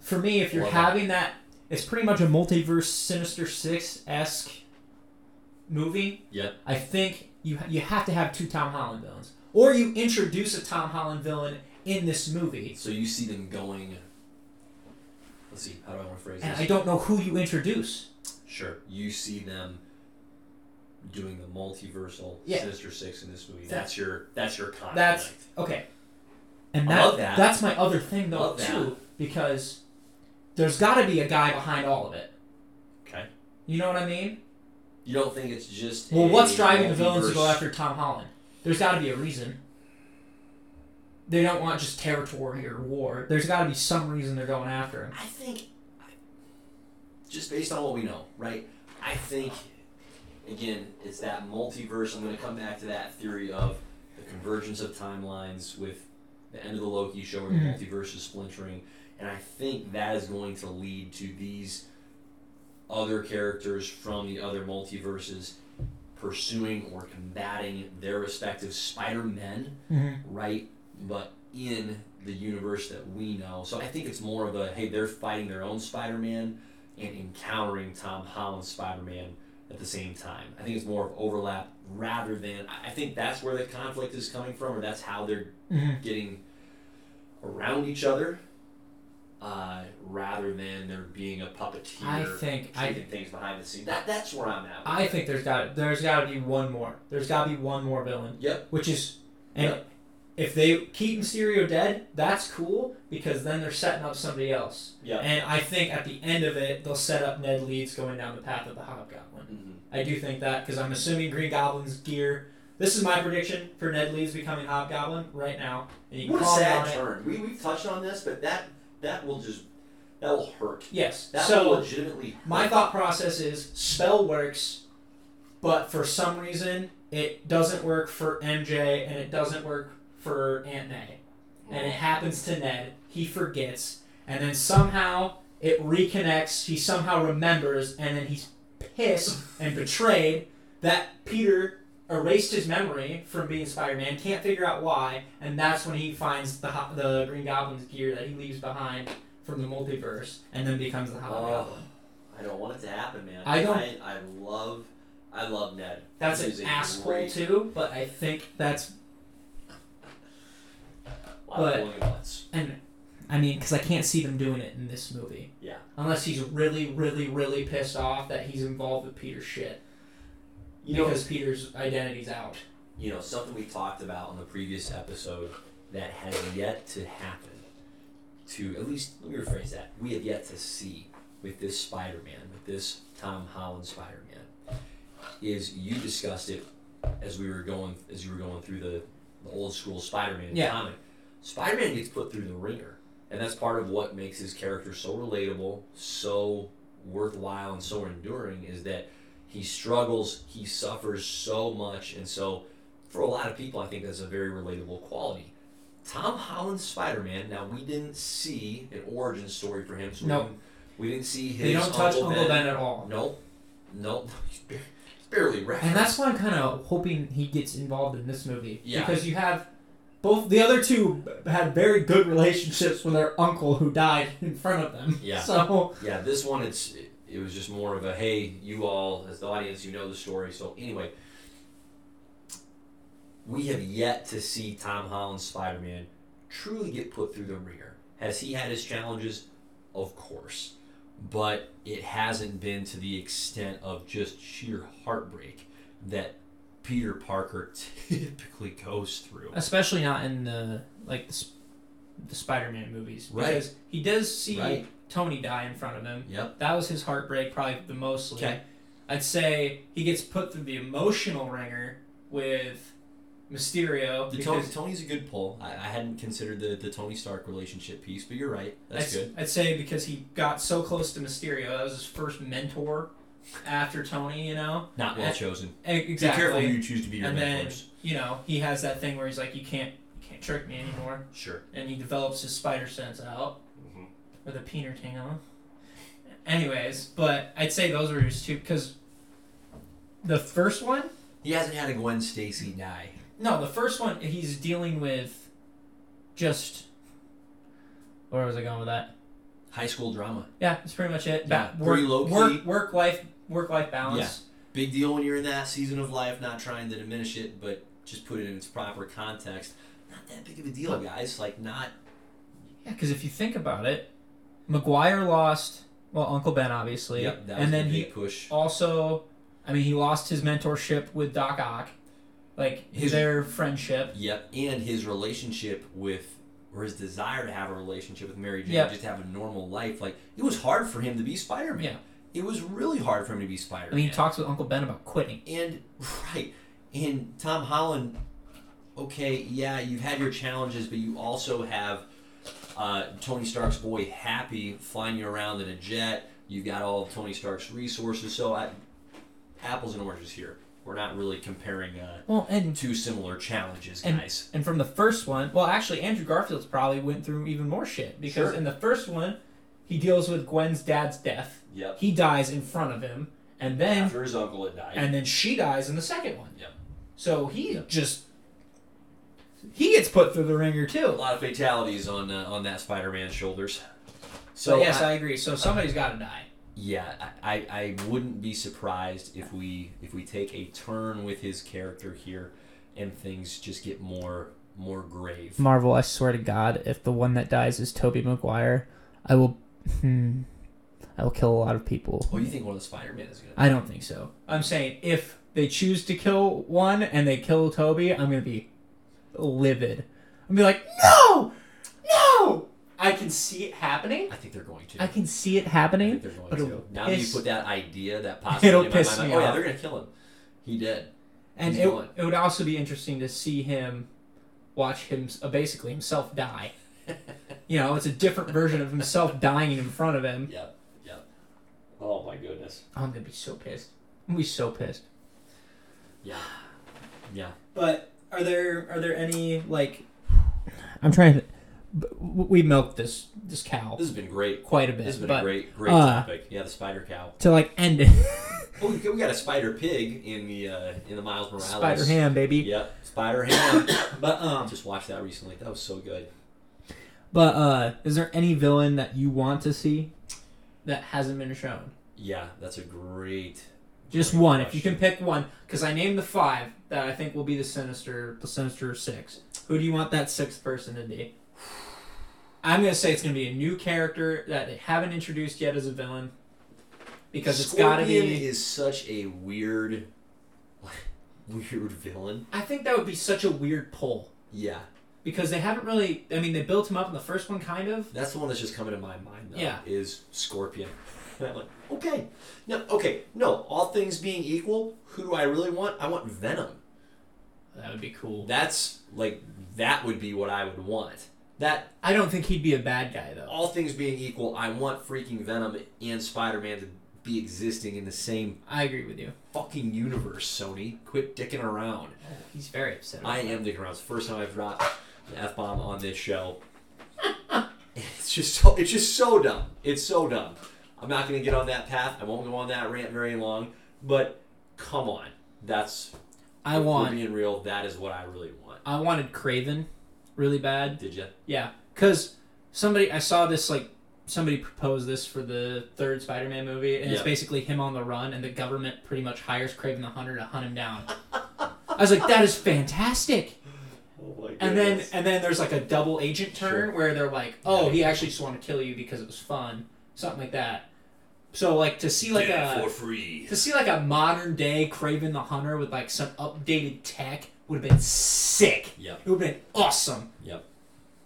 S1: for me, if you're
S4: Love it.
S1: having that, it's pretty much a multiverse Sinister Six esque movie.
S4: Yep.
S1: I think you you have to have two Tom Holland villains, or you introduce a Tom Holland villain in this movie,
S4: So you see them going. Let's see. How do I want to phrase
S1: and
S4: this?
S1: I don't know who you introduce.
S4: Sure. You see them doing the multiversal
S1: Yeah.
S4: Sinister Six in this movie.
S1: That-
S4: That's your. That's your conflict.
S1: That's okay. And
S4: I
S1: that,
S4: love that.
S1: that's my other thing though
S4: Love that.
S1: too, because there's got to be a guy behind all of it.
S4: okay.
S1: You know what I mean?
S4: You don't think it's just.
S1: Well,
S4: a
S1: what's driving the villains to
S4: multiverse-
S1: go after Tom Holland? There's got to be a reason. They don't want just territory or war. There's got to be some reason they're going after him.
S4: I think, just based on what we know, right? I think, again, it's that multiverse. I'm going to come back to that theory of the convergence of timelines with the end of the Loki show where the multiverse is splintering, and I think that is going to lead to these other characters from the other multiverses pursuing or combating their respective Spider-Men
S5: Mhm.
S4: right? But in the universe that we know. So I think it's more of a hey, they're fighting their own Spider Man and encountering Tom Holland's Spider Man at the same time. I think it's more of overlap rather than I I think that's where the conflict is coming from, or that's how they're
S5: Mhm.
S4: getting around each other. Uh, rather than there being a puppeteer
S1: I think- I-
S4: taking things behind the scenes. That that's where I'm at. with
S1: I
S4: it.
S1: think there's got there's got to be one more. There's got to be one more villain,
S4: Yep.
S1: which is and
S4: Yep.
S1: if they keep Mysterio dead, that's cool because then they're setting up somebody else.
S4: Yep.
S1: And I think at the end of it, they'll set up Ned Leeds going down the path of the Hobgoblin.
S4: Mhm.
S1: I do think that because I'm assuming Green Goblin's gear. This is my prediction for Ned Leeds becoming Hobgoblin right now, and you can
S4: What a
S1: call me on
S4: sad
S1: it.
S4: turn. We we've touched on this, but that that will just that will hurt.
S1: Yes.
S4: That
S1: so
S4: will legitimately hurt.
S1: My thought process is spell works, but for some reason it doesn't work for MJ and it doesn't work for Aunt May. And it happens to Ned. He forgets. And then somehow it reconnects. He somehow remembers. And then he's pissed and betrayed that Peter erased his memory from being Spider Man, can't figure out why. And that's when he finds the, ho- the Green Goblin's gear that he leaves behind from the multiverse and then becomes the Hobgoblin.
S4: Oh, I don't want it to happen, man.
S1: I don't-
S4: I, I love I love Ned.
S1: That's
S4: He's
S1: an
S4: a
S1: asshole
S4: great-
S1: too, but I think that's
S4: Lot
S1: but-
S4: of nuance.
S1: and I mean because I can't see them doing it in this movie.
S4: Yeah.
S1: Unless he's really, really, really pissed off that he's involved with Peter's shit
S4: You know,
S1: because Peter's identity's out.
S4: you know something we talked about on the previous episode that has yet to happen. To at least let me rephrase that. We have yet to see with this Spider-Man, with this Tom Holland Spider-Man, is you discussed it as we were going as you were going through the, the old school Spider-Man
S1: Yeah.
S4: comic. Spider-Man gets put through the ringer, and that's part of what makes his character so relatable, so worthwhile, and so enduring is that he struggles, he suffers so much, and so for a lot of people, I think that's a very relatable quality. Tom Holland's Spider-Man. Now we didn't see an origin story for him, so we
S1: No.
S4: didn't- we didn't see his
S1: They don't touch
S4: Uncle Ben.
S1: at all.
S4: Nope, nope, He's bar- he's barely referenced.
S1: And that's why I'm kind of hoping he gets involved in this movie
S4: Yeah.
S1: because you have both the other two had very good relationships with their uncle who died in front of them.
S4: Yeah.
S1: So
S4: yeah. This one, it's it was just more of a hey, you all as the audience, you know the story. So anyway, we have yet to see Tom Holland's Spider-Man truly get put through the ringer. Has he had his challenges? Of course, but it hasn't been to the extent of just sheer heartbreak that Peter Parker typically goes through.
S1: especially not in the like the, the Spider-Man movies
S4: Right.
S1: because he does see
S4: Right.
S1: Tony die in front of him.
S4: Yep.
S1: That was his heartbreak, probably the mostly.
S4: Okay.
S1: I'd say he gets put through the emotional ringer with Mysterio.
S4: The Tony,
S1: because
S4: Tony's a good pull. I, I hadn't considered the, the Tony Stark relationship piece, but you're right. That's
S1: I'd,
S4: good.
S1: I'd say because he got so close to Mysterio, that was his first mentor after Tony. You know
S4: Not well chosen.
S1: E- exactly.
S4: Be careful who you choose to be your
S1: and then
S4: mentors.
S1: you know he has that thing where he's like, "You can't, you can't trick me anymore,"
S4: Sure.
S1: and he develops his spider sense out
S4: Mm-hmm.
S2: Mhm.
S1: with a peener ting on. Anyways, but I'd say those were his two because the first one.
S4: He hasn't had a Gwen Stacy die.
S1: No, the first one he's dealing with just where was I going with that?
S4: High school drama.
S1: Yeah, that's pretty much it.
S4: Yeah,
S1: Ba- work,
S4: pretty low-key.
S1: work work life work life balance.
S4: Big deal when you're in that season of life, not trying to diminish it, but just put it in its proper context. Not that big of a deal, guys. Like, not.
S1: Yeah, because if you think about it, McGuire lost well Uncle Ben obviously,
S4: Yep, that was
S1: and then
S4: the
S1: he
S4: big push.
S1: also, I mean he lost his mentorship with Doc Ock, like
S4: His-
S1: their friendship.
S4: Yep, and his relationship with, or his desire to have a relationship with Mary Jane,
S1: Yep.
S4: just have a normal life. Like it was hard for him to be Spider Man.
S1: Yeah.
S4: It was really hard for him to be Spider Man.
S1: I mean he talks with Uncle Ben about quitting.
S4: and right, and Tom Holland. Okay, yeah, you've had your challenges, but you also have uh, Tony Stark's boy Happy flying you around in a jet. You've got all of Tony Stark's resources, so I, apples and oranges here. We're not really comparing uh,
S1: Well, and
S4: two similar challenges, guys.
S1: and from the first one, well, actually, Andrew Garfield's probably went through even more shit because
S4: Sure.
S1: in the first one, he deals with Gwen's dad's death.
S4: Yep.
S1: He dies in front of him, and then
S4: After his uncle had died.
S1: and then she dies in the second one.
S4: Yep.
S1: So he just he gets put through the ringer
S4: a
S1: too.
S4: lot of fatalities on uh, on that Spider-Man's shoulders.
S1: So
S4: So
S1: yes,
S4: I,
S1: I, agree. So somebody's got to die.
S4: yeah, I, I I wouldn't be surprised if we if we take a turn with his character here, and things just get more more grave.
S1: Marvel, I swear to God, if the one that dies is Toby Maguire, I will, hmm, I will kill a lot of people.
S4: What do you think one of the Spider-Man is gonna?
S1: I don't think so. I'm saying if they choose to kill one and they kill Toby, I'm gonna be livid. I'm gonna be like, no, no. I can see it happening.
S4: I think they're going to.
S1: I can see it
S4: I
S1: happening.
S4: think they're going
S1: but
S4: to.
S1: it'll
S4: Now that you
S1: piss-
S4: put that idea, that possibility in my
S1: piss
S4: mind,
S1: me
S4: oh yeah,
S1: off.
S4: they're gonna kill him. He did.
S1: And
S4: He's
S1: it,
S4: gone.
S1: it would also be interesting to see him watch him uh, basically himself die. you know, it's a different version of himself dying in front of him.
S4: Yep. Yep. Oh my goodness.
S1: I'm gonna be so pissed. I'm gonna be so pissed.
S4: Yeah. Yeah.
S1: But are there are there any like? I'm trying to. b- We milked this this cow
S4: This has been great.
S1: quite a bit,
S4: This has been
S1: but
S4: a great, great
S1: uh,
S4: topic. Yeah, the spider cow.
S1: to like end it,
S4: Well, we we got a spider pig in the uh, in the Miles Morales.
S1: Spider Ham, baby.
S4: Yep, Spider Ham.
S1: But um,
S4: Just watched that recently. That was so good.
S1: but uh, is there any villain that you want to see that hasn't been shown?
S4: Yeah, that's a great.
S1: Just
S4: great
S1: one, if you can
S4: question.
S1: pick one, because I named the five that I think will be the sinister, the sinister six. Who do you want that sixth person to be? I'm gonna say it's gonna be a new character that they haven't introduced yet as a villain, because it's gotta
S4: Scorpion
S1: be.
S4: is such a weird, weird villain.
S1: I think that would be such a weird pull
S4: Yeah,
S1: because they haven't really. I mean, they built him up in the first one, kind of.
S4: that's the one that's just coming to my mind. Though,
S1: Yeah.
S4: is Scorpion. And I'm like, okay, no, okay, no. All things being equal, who do I really want? I want Venom.
S1: That would be cool.
S4: That's like that would be what I would want. That
S1: I don't think he'd be a bad guy though.
S4: all things being equal, I want freaking Venom and Spider Man to be existing in the same
S1: I agree with you.
S4: fucking universe, Sony. Quit dicking around.
S1: He's very upset.
S4: I am dicking around. It's the first time I've dropped an F bomb on this show. It's just so it's just so dumb. It's so dumb. I'm not gonna get on that path. I won't go on that rant very long. But come on. That's
S1: I
S4: if we're
S1: want.
S4: being real, that is what I really want.
S1: I wanted Craven, really bad.
S4: Did you?
S1: Yeah, because somebody I saw this like somebody proposed this for the third Spider-Man movie, and it's
S4: Yeah.
S1: basically him on the run, and the government pretty much hires Craven the Hunter to hunt him down. I was like, that is fantastic.
S4: Oh my
S1: And then and then there's like a double agent turn
S4: Sure.
S1: where they're like, oh, he actually just wanted to kill you because it was fun, something like that. So like to see like a
S4: for free.
S1: to see like a modern day Craven the Hunter with like some updated tech would have been sick.
S4: Yep.
S1: It would have been awesome.
S4: Yep.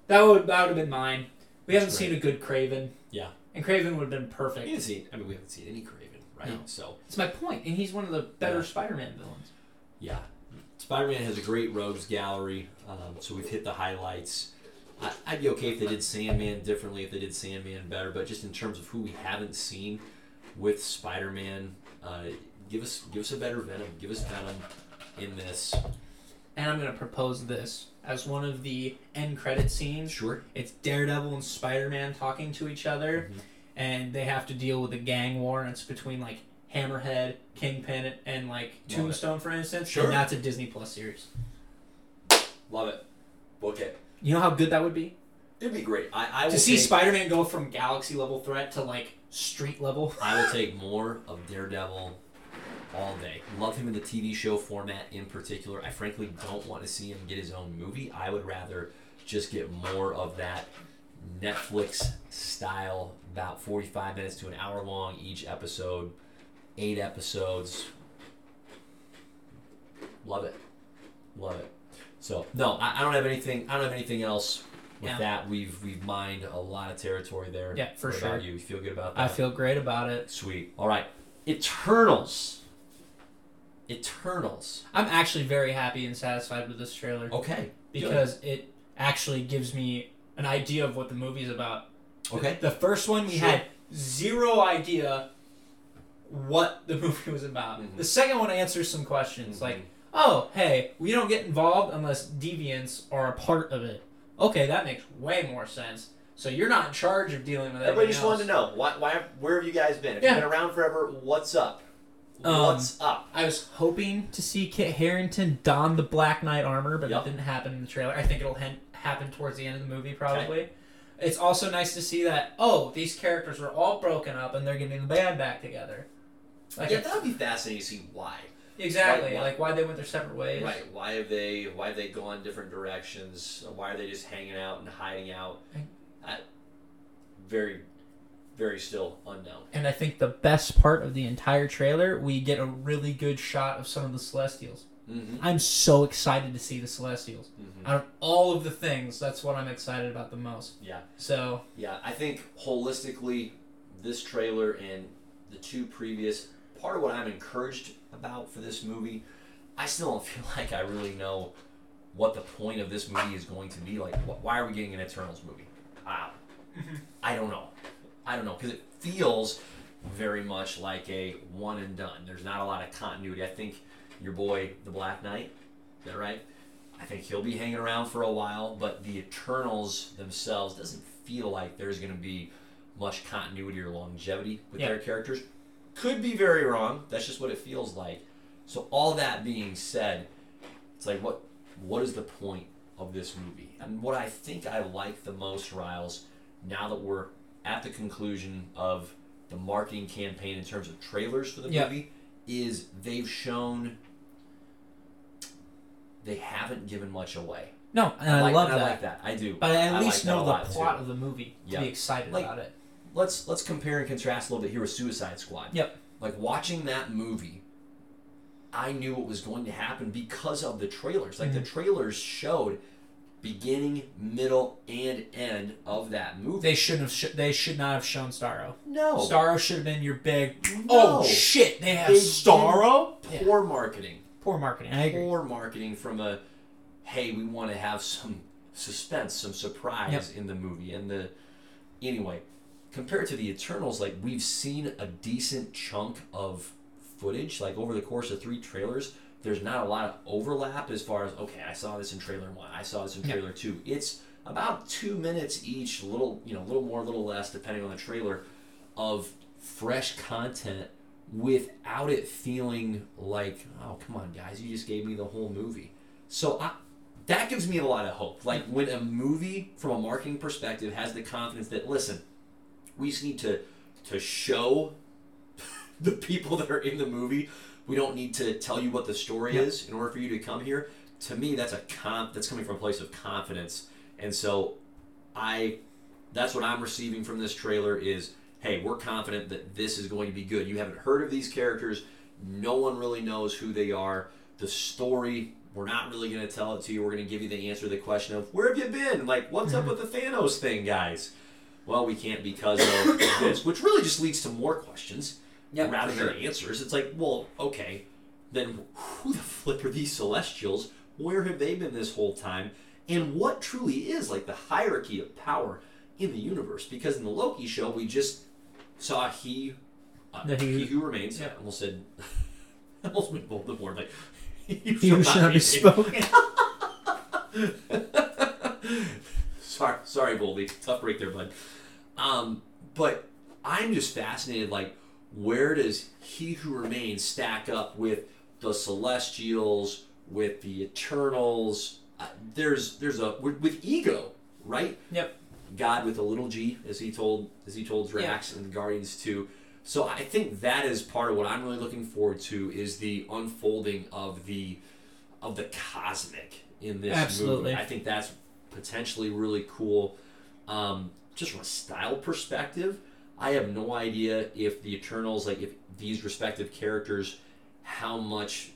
S1: That would that would have been mine. We
S4: That's
S1: haven't
S4: great.
S1: seen a good Craven.
S4: Yeah.
S1: And Craven would have been
S4: We
S1: perfect.
S4: haven't seen. I mean, we haven't seen any Craven, right?
S1: No.
S4: So
S1: It's my point, and he's one of the better
S4: Yeah.
S1: Spider-Man villains.
S4: yeah, Spider-Man has a great rogues gallery. Um, so we've hit the highlights. I, I'd be okay if they did Sandman differently, if they did Sandman better, but just in terms of who we haven't seen with Spider-Man, uh, give us give us a better Venom. Give us Venom in this.
S1: And I'm gonna propose this as one of the end credit scenes.
S4: Sure.
S1: It's Daredevil and Spider-Man talking to each other,
S4: Mm-hmm.
S1: and they have to deal with the gang war, and it's between like Hammerhead, Kingpin, and like
S4: it.
S1: Tombstone, for instance.
S4: Sure.
S1: And that's a Disney Plus series.
S4: Love it. Okay.
S1: You know how good that would be
S4: It'd be great. I, I will
S1: to see
S4: take-
S1: Spider-Man go from galaxy level threat to like street level.
S4: I will take more of Daredevil all day. Love him in the TV show format in particular. I frankly don't want to see him get his own movie. I would rather just get more of that Netflix style, about 45 minutes to an hour long each episode, eight episodes. Love it. Love it. So no, I, I don't have anything. I don't have anything else with
S1: Yeah.
S4: that. We've we've mined a lot of territory there.
S1: Yeah, for
S4: What about
S1: sure.
S4: you? You feel good about that?
S1: I feel great about it.
S4: Sweet. All right. Eternals. Eternals.
S1: I'm actually very happy and satisfied with this trailer
S4: Okay.
S1: because it actually gives me an idea of what the movie's about.
S4: Okay.
S1: The first one we
S4: Sure.
S1: had zero idea what the movie was about.
S4: Mm-hmm.
S7: Mhm.
S1: The second one answers some questions like, oh, hey, we don't get involved unless deviants are a part of it. Okay, that makes way more sense. So you're not in charge of dealing with
S4: Everybody
S1: everything
S4: just
S1: else.
S4: wanted to know why, why, where have you guys been? If
S1: Yeah.
S4: you've been around forever, what's up?
S1: Um,
S4: what's up?
S1: I was hoping to see Kit Harrington don the Black Knight armor, but
S4: Yep.
S1: that didn't happen in the trailer. I think it'll hen- happen towards the end of the movie, probably. It's also nice to see that, oh, these characters were all broken up and they're getting the band back together. Like,
S4: yeah, that would be fascinating to see why.
S1: exactly.
S4: Right, why-
S1: Like, why they went their separate ways.
S4: Right? Why have they? Why have they gone different directions? Why are they just hanging out and hiding out? I, very, very still unknown.
S1: And I think the best part of the entire trailer, we get a really good shot of some of the Celestials.
S4: Mm-hmm.
S1: I'm so excited to see the Celestials.
S4: Mm-hmm.
S1: Out of all of the things, that's what I'm excited about the most.
S4: Yeah.
S1: So,
S4: Yeah, I think holistically, this trailer and the two previous, part of what I'm encouraged about for this movie, I still don't feel like I really know what the point of this movie is going to be. Like, wh- why are we getting an Eternals movie? I, I don't know. I don't know, because it feels very much like a one and done. There's not a lot of continuity. I think your boy, the Black Knight, is that right? I think he'll be hanging around for a while, but the Eternals themselves doesn't feel like there's going to be much continuity or longevity with
S1: Yeah.
S4: their characters. Could be very wrong. That's just what it feels like. So all that being said, it's like what what is the point of this movie? And what I think I like the most, Riles, now that we're at the conclusion of the marketing campaign in terms of trailers for the
S1: Yeah.
S4: movie, is they've shown they haven't given much away.
S1: no, and I,
S4: like,
S1: love
S4: and
S1: that.
S4: I like that. I do.
S1: But I
S4: I
S1: at
S4: like
S1: least
S4: that a
S1: know
S4: lot,
S1: the
S4: too.
S1: plot of the movie
S4: Yeah.
S1: to be excited
S4: Like-
S1: about it.
S4: Let's let's compare and contrast a little bit here with Suicide Squad.
S1: Yep.
S4: Like watching that movie, I knew what was going to happen because of the trailers. Like the
S1: Mm-hmm.
S4: trailers showed beginning, middle, and end of that movie.
S1: They shouldn't have. Sh- they should not have shown Starro.
S4: no.
S1: Starro should have been your big.
S4: No.
S1: Oh shit! They have
S4: They
S1: Starro. Yeah.
S4: poor marketing.
S1: Poor marketing. I agree.
S4: Poor marketing from a hey, we want to have some suspense, some surprise
S1: Yep.
S4: in the movie. And the anyway, compared to the Eternals, like we've seen a decent chunk of footage. Like over the course of three trailers, there's not a lot of overlap as far as okay, I saw this in trailer one, I saw this in
S1: Yep.
S4: trailer two. It's about two minutes each, little you know, a little more, a little less, depending on the trailer, of fresh content without it feeling like, oh come on guys, you just gave me the whole movie. So I that gives me a lot of hope. Like when a movie from a marketing perspective has the confidence that listen, we just need to to show the people that are in the movie. We don't need to tell you what the story is in order for you to come here. To me, that's a comp that's coming from a place of confidence. And so I that's what I'm receiving from this trailer is hey, we're confident that this is going to be good. You haven't heard of these characters. No one really knows who they are. The story, we're not really going to tell it to you. We're going to give you the answer to the question of where have you been? Like, what's up with the Thanos thing, guys? Well, we can't because of this, which really just leads to more questions
S7: Yeah,
S4: rather
S7: for sure.
S4: than answers. It's like, well, okay, then who the flip are these Celestials? Where have they been this whole time? And what truly is like the hierarchy of power in the universe? Because in the Loki show, we just saw he, uh,
S1: The He-
S4: he who remains.
S1: Yeah.
S4: I almost said, I almost went both the board like he
S8: You should not be spoken.
S4: sorry, sorry, Boldy. Tough break there, bud. Um, but I'm just fascinated. Like, where does He Who Remains stack up with the Celestials, with the Eternals? Uh, there's there's a with, with ego, right?
S1: Yep.
S4: God with a little G, as he told as he told Drax and the Guardians too. So I think that is part of what I'm really looking forward to is the unfolding of the of the cosmic in this
S1: Absolutely.
S4: movie. I think that's potentially really cool. Um, just from a style perspective, I have no idea if the Eternals, like if these respective characters, how much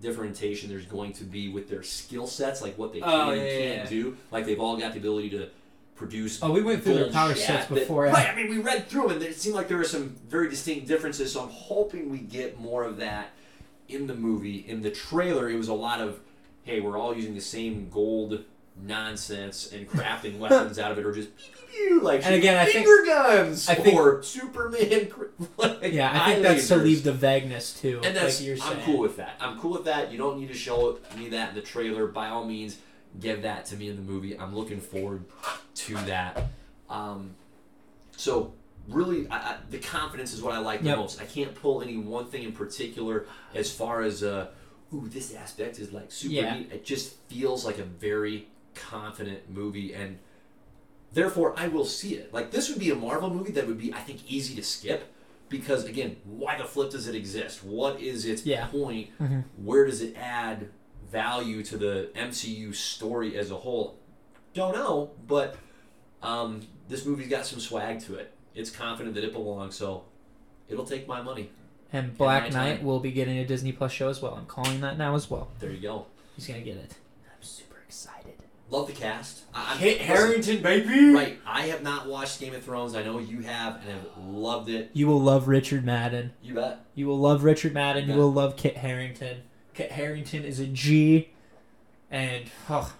S4: differentiation there's going to be with their skill sets, like what they can
S1: Oh,
S4: and
S1: yeah,
S4: can't
S1: yeah, yeah.
S4: do. Like they've all got the ability to produce.
S1: Oh, we went through their
S4: gold
S1: power
S4: shat
S1: sets
S4: that-
S1: before, yeah.
S4: Right, I mean, we read through them, and it seemed like there were some very distinct differences. So I'm hoping we get more of that in the movie. In the trailer, it was a lot of, hey, we're all using the same gold nonsense and crafting weapons out of it, or just pew, pew, pew, like
S1: And again, I think-
S4: finger guns
S1: I think-
S4: or Superman. cr- Like
S1: Yeah, I think that's to
S4: eyelasers.
S1: leave the vagueness too.
S4: And that's
S1: like you're saying.
S4: I'm cool with that. I'm cool with that. You don't need to show me that in the trailer. By all means, give that to me in the movie. I'm looking forward to that. Um, so really, I, I, the confidence is what I like the
S1: Yep.
S4: most. I can't pull any one thing in particular as far as uh, ooh, this aspect is like super
S1: Yeah.
S4: neat. It just feels like a very confident movie and. Therefore, I will see it. Like this would be a Marvel movie that would be, I think, easy to skip because again, why the flip does it exist? What is its
S1: Yeah.
S4: point? Where does it add value to the MCU story as a whole? Don't know, but um, this movie's got some swag to it. It's confident that it belongs, so it'll take my money.
S1: And Black
S4: And my
S1: Knight
S4: time.
S1: will be getting a Disney Plus show as well. I'm calling that now as well.
S4: There you go.
S1: He's gonna get it. I'm super excited.
S4: Love the cast. I, I-
S9: baby.
S4: Right. I have not watched Game of Thrones. I know you have, and I've loved it.
S1: You will love Richard Madden.
S4: You bet.
S1: You will love Richard Madden.
S4: Yeah.
S1: You will love Kit Harrington. Kit Harrington is a G, and oh,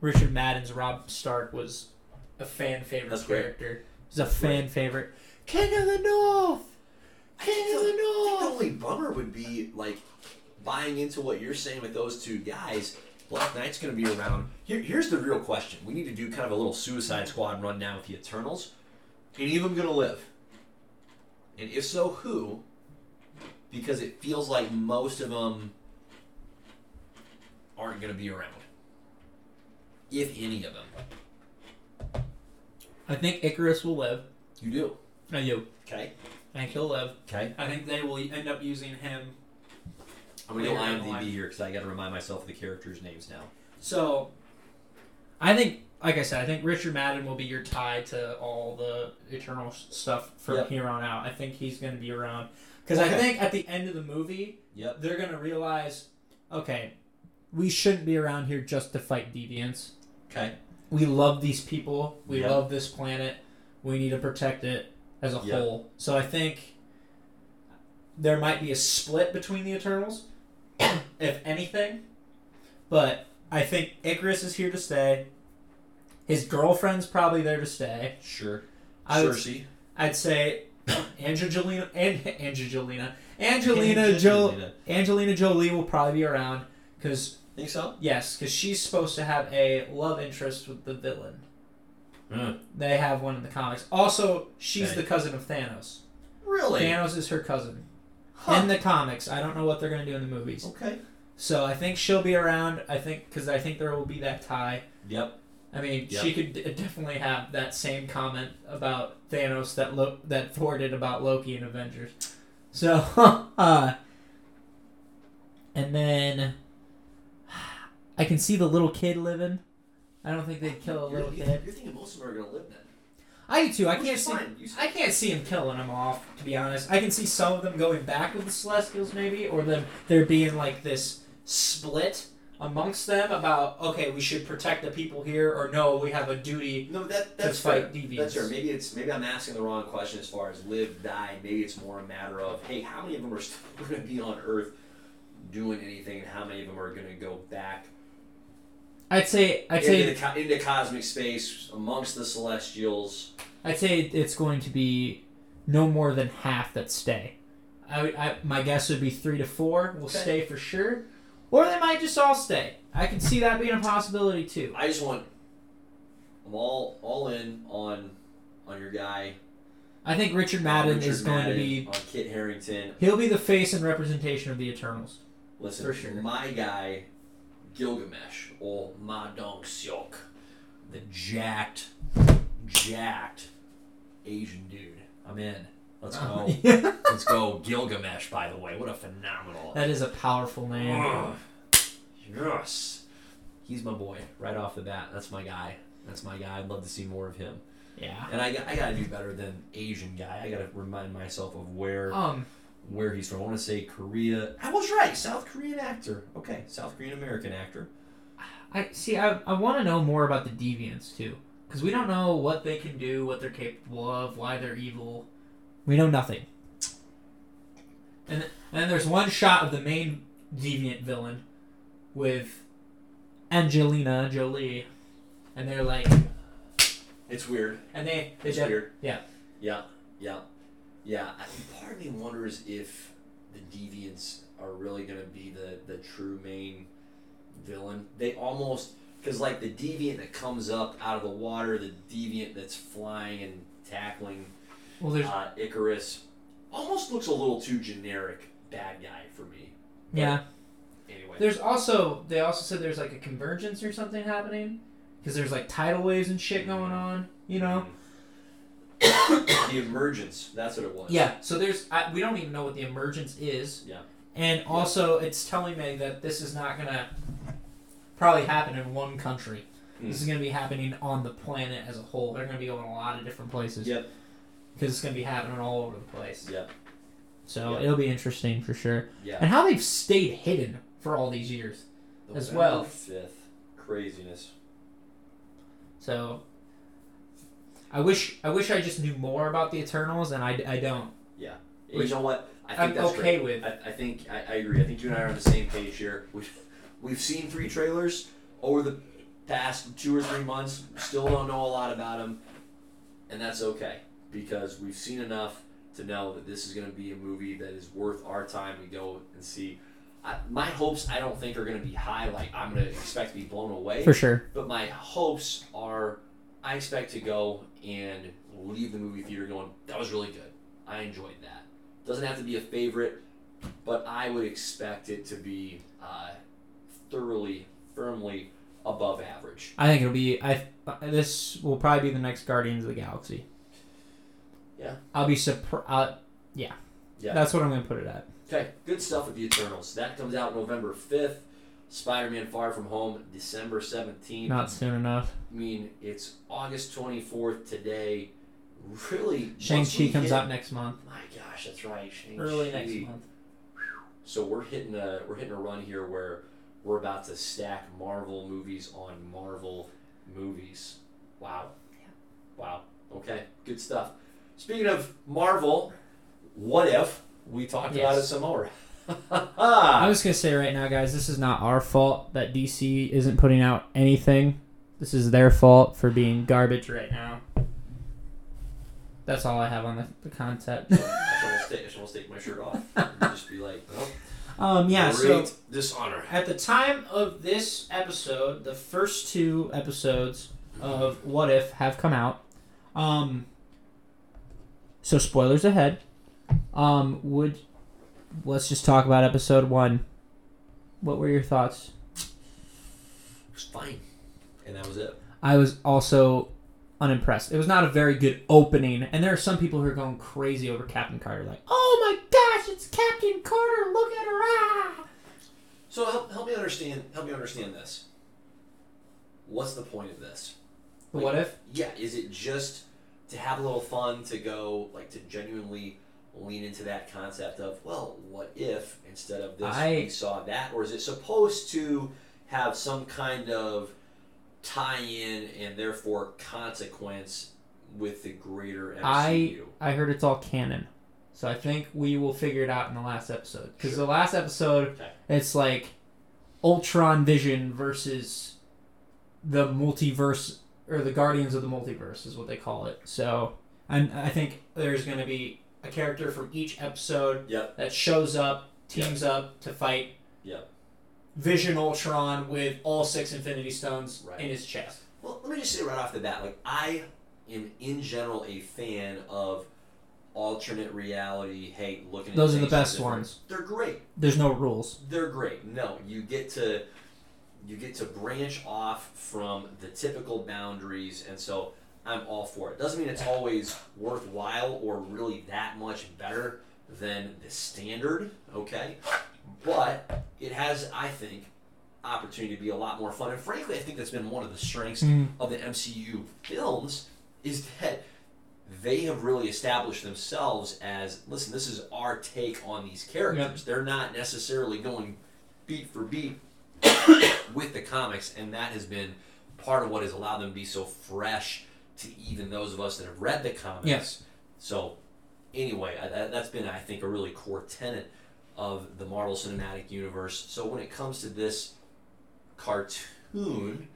S1: Richard Madden's Rob Stark was a fan favorite
S4: That's great.
S1: character. He's a fan favorite. King of the North. King of the
S4: I think
S1: North.
S4: the only bummer would be like buying into what you're saying with those two guys. Black Knight's going to be around. Here, here's the real question: We need to do kind of a little Suicide Squad run now with the Eternals. Any of them going to live? And if so, who? Because it feels like most of them aren't going to be around, if any of them.
S1: I think Icarus will live.
S4: You do,
S1: No, you.
S4: okay?
S1: I think e- he'll live.
S4: Okay.
S9: I think they will end up using him.
S4: I'm going to go
S9: Later in
S4: IMDb
S9: life.
S4: here because I got to remind myself of the characters' names now.
S9: So
S1: I think, like I said, I think Richard Madden will be your tie to all the Eternal s- stuff from
S4: Yep.
S1: here on out. I think he's going to be around because I
S4: Okay.
S1: think at the end of the movie
S4: Yep.
S1: they're going to realize, okay, we shouldn't be around here just to fight deviants.
S4: Okay.
S1: We love these people. We
S4: Yep.
S1: love this planet. We need to protect it as a
S4: Yep.
S1: whole. So I think there might be a split between the Eternals, if anything. But I think Icarus is here to stay. His girlfriend's probably there to stay.
S4: Sure.
S1: I would,
S4: Cersei.
S1: I'd say Angelina and Angelina Angelina jo-
S4: Angelina.
S1: Angelina Jolie will probably be around because
S4: Think so?
S1: yes, because she's supposed to have a love interest with the villain.
S4: Mm.
S1: They have one in the comics. Also, she's
S4: Okay.
S1: the cousin of Thanos.
S4: Really?
S1: Thanos is her cousin.
S4: Huh.
S1: In the comics, I don't know what they're going to do in the movies.
S4: okay.
S1: So I think she'll be around. I think because I think there will be that tie.
S4: Yep.
S1: I mean,
S4: Yeah.
S1: she could d- definitely have that same comment about Thanos that Lo- that Thor did about Loki in Avengers. So, uh, and then I can see the little kid living. I don't think they'd kill a
S4: You're,
S1: little
S4: you're
S1: kid.
S4: thinking most of them are gonna live then.
S1: I do too. I
S4: Which
S1: can't
S4: is
S1: see.
S4: fine. You s-
S1: I can't see him killing them off, to be honest. I can see some of them going back with the Celestials, maybe, or them there being like this split amongst them about okay, we should protect the people here, or no, we have a duty.
S4: no, that that's
S1: fight
S4: fair.
S1: deviants.
S4: That's fair. Maybe it's maybe I'm asking the wrong question as far as live, die. Maybe it's more a matter of hey, how many of them are still gonna be on Earth doing anything, and how many of them are gonna go back
S1: I'd say I'd
S4: into,
S1: say
S4: the, co- into cosmic space amongst the Celestials?
S1: I'd say it's going to be no more than half that stay. I, would- I my guess would be three to four will
S4: Okay.
S1: stay for sure, or they might just all stay. I can see that being a possibility too.
S4: I just want. I'm all all in on on your guy
S1: I think Richard Madden
S4: Richard
S1: is going
S4: Madden,
S1: to be.
S4: on Kit Harrington.
S1: He'll be the face and representation of the Eternals.
S4: Listen,
S1: For sure.
S4: my guy, Gilgamesh, or Madong Syok, the jacked, jacked Asian dude. I'm in. Let's go. Let's go. Gilgamesh, by the way. What a phenomenal.
S1: That is a powerful name.
S4: Ugh. Yes. He's my boy right off the bat. That's my guy. That's my guy. I'd love to see more of him.
S1: Yeah.
S4: And I, got- I got to do better than Asian guy. I got to remind myself of where
S1: Um,
S4: where he's from. I want to say Korea. I was right. South Korean actor. Okay, South Korean American actor.
S1: I see. I, I want to know more about the deviants too, because we don't know what they can do, what they're capable of, why they're evil. We know nothing. And and then there's one shot of the main deviant villain with
S5: Angelina Jolie, and they're like,
S4: It's weird.
S5: and they they
S4: It's
S5: did,
S4: weird.
S5: yeah.
S4: Yeah. Yeah. Yeah. I, part of me wonders if the deviants are really going to be the, the true main villain. They almost. Because, like, the deviant that comes up out of the water, the deviant that's flying and tackling
S5: Well, there's
S4: uh, Icarus, almost looks a little too generic bad guy for me.
S5: yeah.
S4: Anyway.
S1: There's also they also said there's like a convergence or something happening because there's like tidal waves and shit
S4: Mm-hmm.
S1: going on. You know.
S4: the emergence. That's what it was.
S1: Yeah. So there's I, we don't even know what the emergence is.
S4: Yeah.
S1: And also, it's telling me that this is not gonna probably happen in one country. This is
S4: Mm.
S1: gonna be happening on the planet as a whole. They're gonna be going a lot of different places.
S4: Yep.
S1: Because it's gonna be happening all over the place.
S4: Yep.
S1: So
S4: Yep.
S1: it'll be interesting for sure.
S4: Yeah.
S1: And how they've stayed hidden for all these years. as
S4: November
S1: well.
S4: Fifth craziness.
S1: So I wish I wish I just knew more about the Eternals, and I, I don't.
S4: You
S1: Which
S4: know what? I think
S1: I'm
S4: that's
S1: okay
S4: great.
S1: with.
S4: I, I think I, I agree. I think you and I are on the same page here. We've we've seen three trailers over the past two or three months. Still don't know a lot about them, and that's okay because we've seen enough to know that this is going to be a movie that is worth our time to go and see. I, my hopes I don't think are going to be high. Like I'm going to expect to be blown away.
S5: For sure.
S4: But my hopes are I expect to go and leave the movie theater going, that was really good. I enjoyed that. Doesn't have to be a favorite, but I would expect it to be uh, thoroughly, firmly above average.
S1: I think it'll be I uh, this will probably be the next Guardians of the Galaxy.
S4: Yeah.
S1: I'll be surprised. yeah.
S4: Yeah.
S1: That's what I'm gonna put it at.
S4: Okay, good stuff with the Eternals. That comes out November 5th. Spider Man Far From Home, December 17th.
S1: Not soon enough.
S4: I mean, it's August 24th today. Really,
S1: Shang
S4: once
S1: Chi
S4: we
S1: comes
S4: hit-
S1: out next month.
S4: My gosh, that's right. Shang-Chi.
S1: Early next month.
S4: So we're hitting a we're hitting a run here where we're about to stack Marvel movies on Marvel movies. Wow. Wow. Okay. Good stuff. Speaking of Marvel, what if we talked about it
S1: Yes.
S4: some more?
S5: I was gonna say right now, guys, this is not our fault that DC isn't putting out anything. This is their fault for being garbage right now.
S1: That's all I have on the, the concept.
S4: I should almost take, I should almost take my shirt off and just be like, well,
S1: Um, yeah. So
S4: great dishonor.
S1: at the time of this episode, the first two episodes of What If have come out. Um,
S5: So spoilers ahead. Um, would let's just talk about episode one. What were your thoughts?
S4: It was fine. And that was it.
S5: I was also unimpressed. It was not a very good opening, and there are some people who are going crazy over Captain Carter, like, "Oh my gosh, it's Captain Carter! Look at her!" Ah!
S4: So help, help me understand help me understand this. What's the point of this?
S1: the What If.
S4: yeah, is it just to have a little fun to go like to genuinely lean into that concept of well, what if instead of this
S5: I-
S4: we saw that, or is it supposed to have some kind of tie-in and therefore consequence with the greater MCU?
S5: I I heard it's all canon, so I think we will figure it out in the last episode. Because the last episode,
S4: Okay.
S5: it's like Ultron Vision versus the multiverse or the Guardians of the Multiverse is what they call it. So
S1: And I think there's going to be a character from each episode
S4: Yep.
S1: that shows up, teams up to fight
S4: Yep.
S1: Vision Ultron with all six Infinity Stones
S4: Right.
S1: in his chest.
S4: Well, let me just say right off the bat, like I am in general a fan of alternate reality. Hey, looking at
S5: Those are the
S4: things
S5: best
S4: different-
S5: ones.
S4: They're great.
S5: there's no rules.
S4: they're great. No, you get to you get to branch off from the typical boundaries, and so I'm all for it. Doesn't mean it's always worthwhile or really that much better than the standard, okay? But it has, I think, opportunity to be a lot more fun. And frankly, I think that's been one of the strengths of the MCU films is that they have really established themselves as listen, this is our take on these characters. They're not necessarily going beat for beat with the comics, and that has been part of what has allowed them to be so fresh to even those of us that have read the comics.
S5: Yes.
S4: So, anyway, I, that, that's been, I think, a really core tenet of the Marvel Cinematic Universe. So, when it comes to this cartoon, Cocoon,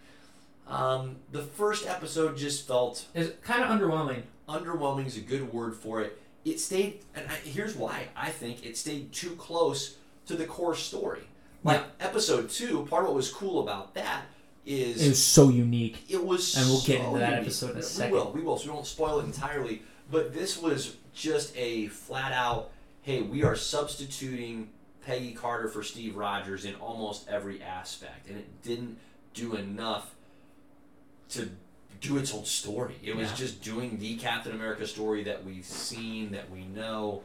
S4: um, the first episode just felt
S10: It's kind of underwhelming.
S4: underwhelming is a good word for it. It stayed, and I, here's why I think it stayed too close to the core story. Like episode two, part of what was cool about that is
S1: It was so unique.
S4: it was
S1: And we'll get
S4: so
S1: into that
S4: unique.
S1: episode in a
S4: we
S1: second.
S4: will we will so we don't spoil it entirely but this was just a flat out hey we are substituting peggy carter for steve rogers in almost every aspect and it didn't do enough to do its own story it was
S11: Yeah.
S4: just doing the captain america story that we've seen that we know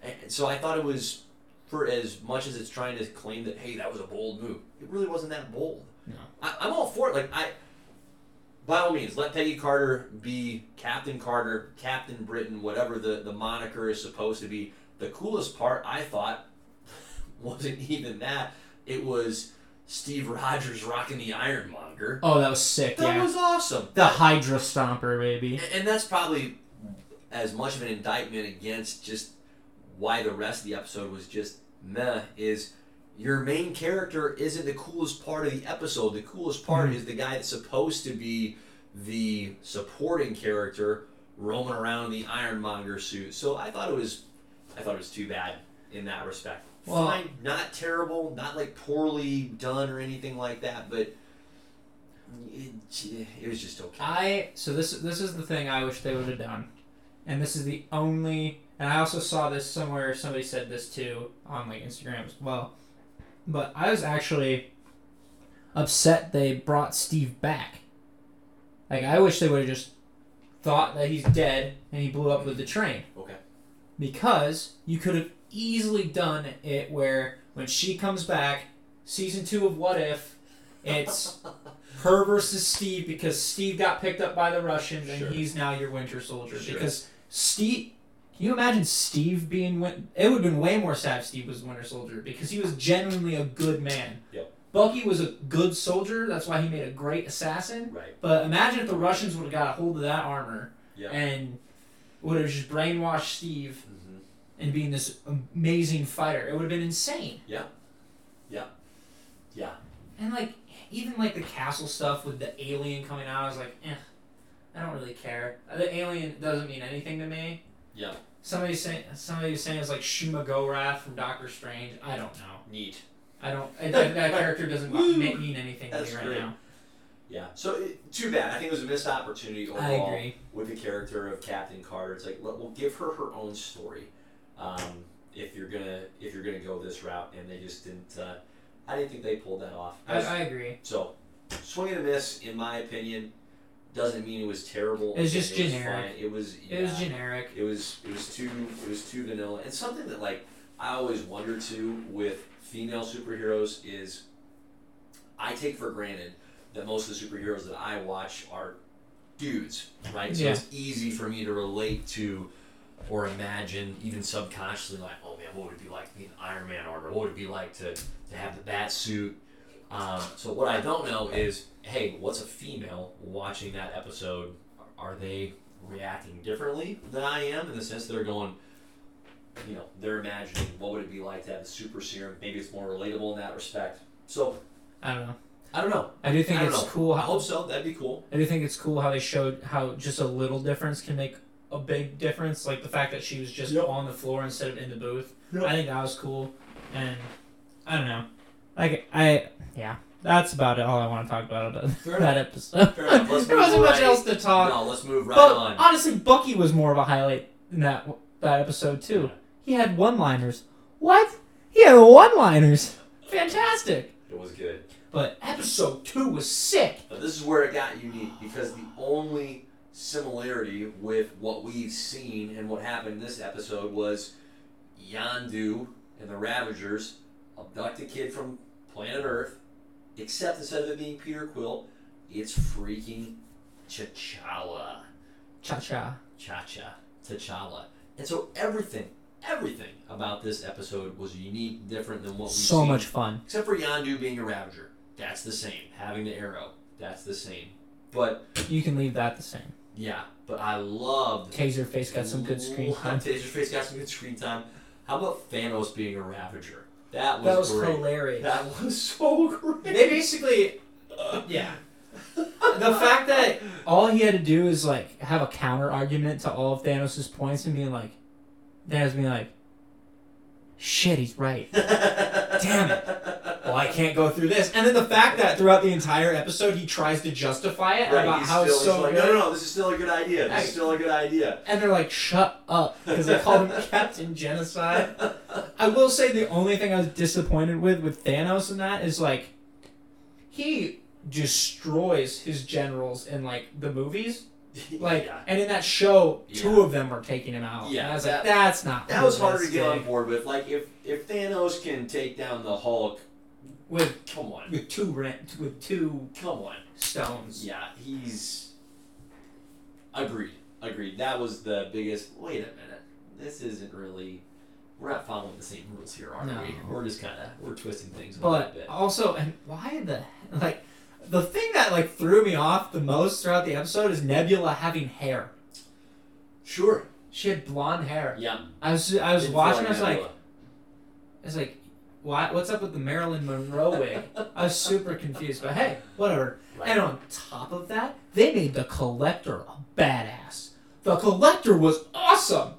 S4: and so i thought it was for as much as it's trying to claim that hey that was a bold move it really wasn't that bold
S1: No.
S4: I, i'm all for it like i by all means, let Peggy Carter be Captain Carter, Captain Britain, whatever the, the moniker is supposed to be. The coolest part, I thought, wasn't even that. It was Steve Rogers rocking the Ironmonger.
S1: Oh, that was sick.
S4: That
S1: yeah.
S4: was awesome.
S1: the Hydra Stomper, baby.
S4: And, and that's probably as much of an indictment against just why the rest of the episode was just meh is your main character isn't the coolest part of the episode. The coolest
S1: Mm-hmm.
S4: part is the guy that's supposed to be the supporting character roaming around in the ironmonger suit. So I thought it was I thought it was too bad in that respect.
S1: Well-
S4: Fine, not terrible, not like poorly done or anything like that, but it, it was just okay.
S1: I so this this is the thing I wish they would have done, and this is the only. And I also saw this somewhere. Somebody said this too on like Instagram as well, but I was actually upset they brought Steve back. Like I wish they would have just thought that he's dead and he blew up with the train.
S4: Okay.
S1: because you could have easily done it where when she comes back, season two of What If, it's her versus Steve because Steve got picked up by the Russians
S4: Sure.
S1: and he's now your Winter Soldier.
S4: Sure.
S1: Because Steve, can you imagine Steve being win- It would have been way more sad if Steve was Winter Soldier because he was genuinely a good man.
S4: Yep.
S1: Bucky was a good soldier. That's why he made a great assassin.
S4: Right.
S1: But imagine if the Russians would have got a hold of that armor
S4: Yeah.
S1: and would have just brainwashed Steve
S4: Mhm.
S1: and being this amazing fighter. It would have been insane.
S4: Yeah.
S1: And like even like the castle stuff with the alien coming out, I was like, eh, I don't really care. Uh, The alien doesn't mean anything to me.
S4: Yeah.
S1: Somebody saying somebody was saying it's like Shuma Gorath from Doctor Strange. I don't know.
S4: Neat.
S1: I don't. I, that, that character doesn't
S4: Woo.
S1: ma- mean anything
S4: That's
S1: to me right
S4: great.
S1: now.
S4: Yeah. So it, too bad. I think it was a missed opportunity
S1: I
S4: overall
S1: agree.
S4: with the character of Captain Carter. It's like let, we'll give her her own story. Um, if you're gonna if you're gonna go this route, and they just didn't. Uh, I didn't think they pulled that off.
S1: I, I agree.
S4: so swing and a miss, in my opinion, doesn't mean it was terrible.
S1: It was just
S4: it was
S1: generic.
S4: fine. It was. Yeah,
S1: It was generic.
S4: It was it was too it was too vanilla. And something that like I always wonder too with female superheroes is I take for granted that most of the superheroes that I watch are dudes, right? So
S1: Yeah.
S4: it's easy for me to relate to or imagine even subconsciously like, oh man, what would it be like to be an Iron Man armor? What would it be like to, to have the bat suit? Um, so what I don't know is, hey, what's a female watching that episode? Are they reacting differently than I am in the sense they're going, you know, they're imagining what would it be like to have the super serum? Maybe it's more relatable in that respect. So
S1: I don't know.
S4: I don't know.
S1: I do think
S4: I don't
S1: it's
S4: know.
S1: cool.
S4: I
S1: How,
S4: hope so. That'd be cool.
S1: I do think it's cool how they showed how just a little difference can make a big difference. Like the fact that she was just
S4: Yep.
S1: on the floor instead of in the booth.
S4: Yep.
S1: I think that was cool. And I don't know. Like I yeah. That's about it. All I want to talk about about
S4: Fair
S1: that episode.
S4: Fair enough. Let's
S1: there
S4: move
S1: wasn't much
S4: right-
S1: else to talk.
S4: No, let's move right
S1: Uh, but
S4: on.
S1: honestly, Bucky was more of a highlight in that that episode too. He had one-liners. What? He had one-liners. Fantastic.
S4: It was good.
S1: But episode two was sick.
S4: Now, this is where it got unique because the only similarity with what we've seen and what happened in this episode was Yandu and the Ravagers abduct a kid from planet Earth, except instead of it being Peter Quill, it's freaking T'Challa.
S1: Cha-cha.
S4: Cha Cha T'Challa. And so everything, everything about this episode was unique, different than what we've
S1: So
S4: seen.
S1: much fun.
S4: Except for Yandu being a Ravager. That's the same. Having the arrow. That's the same. But,
S1: You can leave that the same.
S4: yeah. But I loved...
S1: Taserface got some good screen
S4: loved-
S1: time.
S4: Taserface got some good screen time. How about Thanos being a Ravager? That was,
S1: That was
S4: great.
S1: hilarious.
S4: That was so great.
S1: They basically Yeah. the fact that all he had to do is like have a counter argument to all of Thanos' points and being like, Thanos being like, shit, he's right. Damn it. Well, I can't go through this. And then the fact that throughout the entire episode he tries to justify it
S4: Right,
S1: about
S4: he's
S1: how
S4: still,
S1: it's
S4: he's
S1: so
S4: like,
S1: good.
S4: no, no, no, this is still a good idea. This
S1: Right.
S4: is still a good idea.
S1: And they're like, shut up, because they called him Captain Genocide. I will say the only thing I was disappointed with with Thanos in that is like, he destroys his generals in like the movies, like,
S4: Yeah.
S1: and in that show, two
S4: Yeah.
S1: of them were taking him out.
S4: Yeah,
S1: and I was
S4: that-
S1: like, that's not.
S4: that was harder to get on
S1: realistic."
S4: board with. Like if if Thanos can take down the Hulk,
S1: with
S4: come on,
S1: with two rent with two
S4: come on.
S1: stones.
S4: Yeah, he's agreed. Agreed. That was the biggest. Wait a minute. This isn't really. We're not following the same rules here, are
S1: No.
S4: we? We're just kind of we're twisting things a little
S1: But
S4: bit.
S1: also, and why the like, the thing that like threw me off the most throughout the episode is Nebula having hair.
S4: Sure.
S1: She had blonde hair.
S4: Yeah.
S1: I was I was
S4: Didn't feel
S1: watching. I was like,
S4: Nebula.
S1: I was like, why, what's up with the Marilyn Monroe wig? I was super confused, but hey, whatever.
S4: Right.
S1: And on top of that, they made the collector a badass. The collector was awesome.